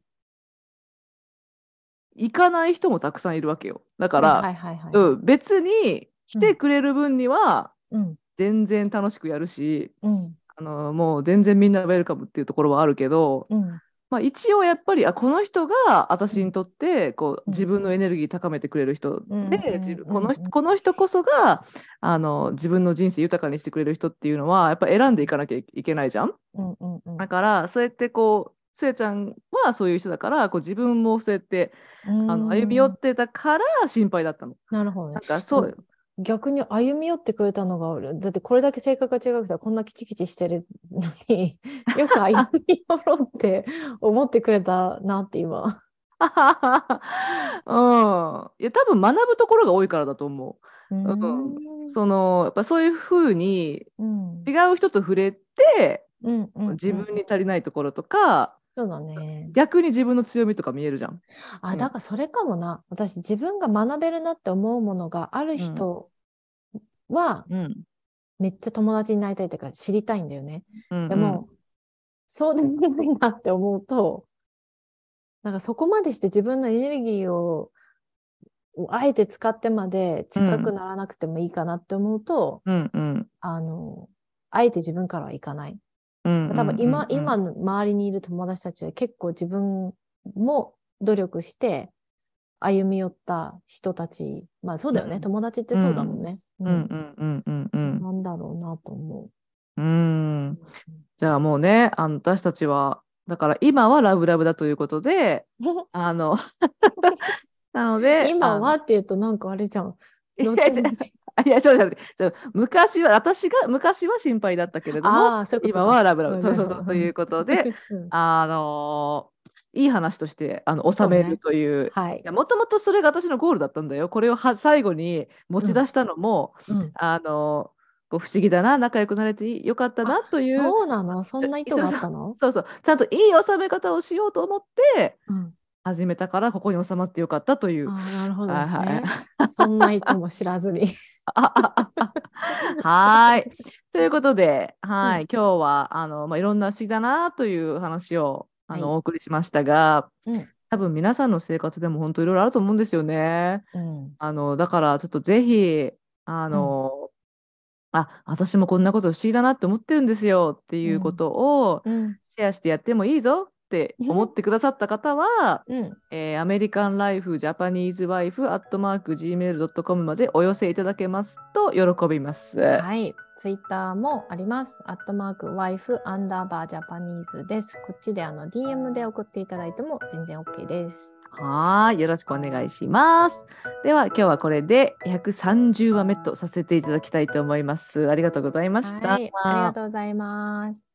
Speaker 1: 行かない人もたくさんいるわけよだから、
Speaker 2: はいはいはい、
Speaker 1: うん、別に来てくれる分には
Speaker 2: うん
Speaker 1: 全然楽しくやるし、
Speaker 2: うん
Speaker 1: あのもう全然みんなウェルカムっていうところはあるけど
Speaker 2: うん
Speaker 1: まあ、一応やっぱりあこの人が私にとってこう自分のエネルギー高めてくれる人
Speaker 2: うん
Speaker 1: で、自分この
Speaker 2: うんうん
Speaker 1: 人この人こそがあの自分の人生豊かにしてくれる人っていうのはやっぱ選んでいかなきゃいけないじゃん。
Speaker 2: うんうんうん
Speaker 1: だからそうやってこうせいちゃんはそういう人だからこう自分もそうやってあ
Speaker 2: うん
Speaker 1: の歩み寄ってたから心配だったの。
Speaker 2: なるほどね
Speaker 1: なんかそう、
Speaker 2: 逆に歩み寄ってくれたのが俺だってこれだけ性格が違くてこんなキチキチしてるの によく歩み寄ろうって思ってくれたなって今
Speaker 1: うん、いや 多分学ぶところが多いからだと思
Speaker 2: うー
Speaker 1: う。そのやっぱそういうふうに
Speaker 2: うん
Speaker 1: 違う人と触れて
Speaker 2: うんうん
Speaker 1: 自分に足りないところとか、
Speaker 2: そうだね
Speaker 1: 逆に自分の強みとか見えるじゃん。う
Speaker 2: あ
Speaker 1: ん
Speaker 2: だからそれかもな私自分が学べるなって思うものがある人は
Speaker 1: うん
Speaker 2: めっちゃ友達になりたいというか知りたいんだよね
Speaker 1: うん
Speaker 2: でも、そうでもないなって思うと、なんかそこまでして自分のエネルギーを、あえて使ってまで近くならなくてもいいかなって思うと、
Speaker 1: うんうん
Speaker 2: あの、あえて自分からはいかない。
Speaker 1: うん
Speaker 2: 多分
Speaker 1: うん
Speaker 2: 今、
Speaker 1: うん
Speaker 2: 今の周りにいる友達たちは結構自分も努力して歩み寄った人たち、まあそうだよね、
Speaker 1: うん
Speaker 2: 友達ってそうだもんね。
Speaker 1: う
Speaker 2: うん
Speaker 1: んうんうんうんうん
Speaker 2: なんだろうなと思
Speaker 1: うんうん
Speaker 2: う。
Speaker 1: じゃあもうねあの私たちはだから今はラブラブだということで あの なので
Speaker 2: 今は
Speaker 1: あ
Speaker 2: っていうとなんかあれじゃん。
Speaker 1: のい
Speaker 2: 後
Speaker 1: や違う
Speaker 2: 々
Speaker 1: いやそうじゃなくてそう昔は私が昔は心配だったけれども
Speaker 2: ああ、そういうこと
Speaker 1: 今
Speaker 2: か
Speaker 1: はラブラブ
Speaker 2: そ
Speaker 1: そううそ
Speaker 2: だよ
Speaker 1: うそうということで
Speaker 2: うん
Speaker 1: あのいい話としてあの収めるという
Speaker 2: はい
Speaker 1: い。やもともとそれが私のゴールだったんだよ。これをは最後に持ち出したのも、
Speaker 2: うん
Speaker 1: あのこう不思議だな仲良くなれてよかったなというそう
Speaker 2: そうなのそんな意図があっ たの
Speaker 1: そうちゃんといい収め方をしようと思って
Speaker 2: うん
Speaker 1: 始めたからここに収まってよかったという。
Speaker 2: ああ、なるほどです
Speaker 1: はい
Speaker 2: ね。そんな意図も知ら ずに。
Speaker 1: はーいということで、はい
Speaker 2: うん
Speaker 1: 今日はあの、まあ、いろんな不思議だなという話をあの、
Speaker 2: はい
Speaker 1: お送りしましたが、
Speaker 2: うん
Speaker 1: 多分皆さんの生活でも本当いろいろあると思うんですよね。
Speaker 2: うん
Speaker 1: あのだからちょっとぜひあの、あ私もこんなこと不思議だなって思ってるんですよっていうことを
Speaker 2: うん
Speaker 1: シェアしてやってもいいぞって思ってくださった方は、
Speaker 2: うん
Speaker 1: えー、アメリカンライフジャパニーズワイフアットマーク Gmail.com までお寄せいただけますと喜びます。は
Speaker 2: はい。ツイッターもあります。アットマーク、ワイフ、アンダーバー、ジャパニーズです。こっちであの DM で送っていただいても全然 OK です。
Speaker 1: ーいよろしくお願いします。では今日はこれで130話目とさせていただきたいと思います。ありがとうございました。
Speaker 2: はい。ありがとうございます。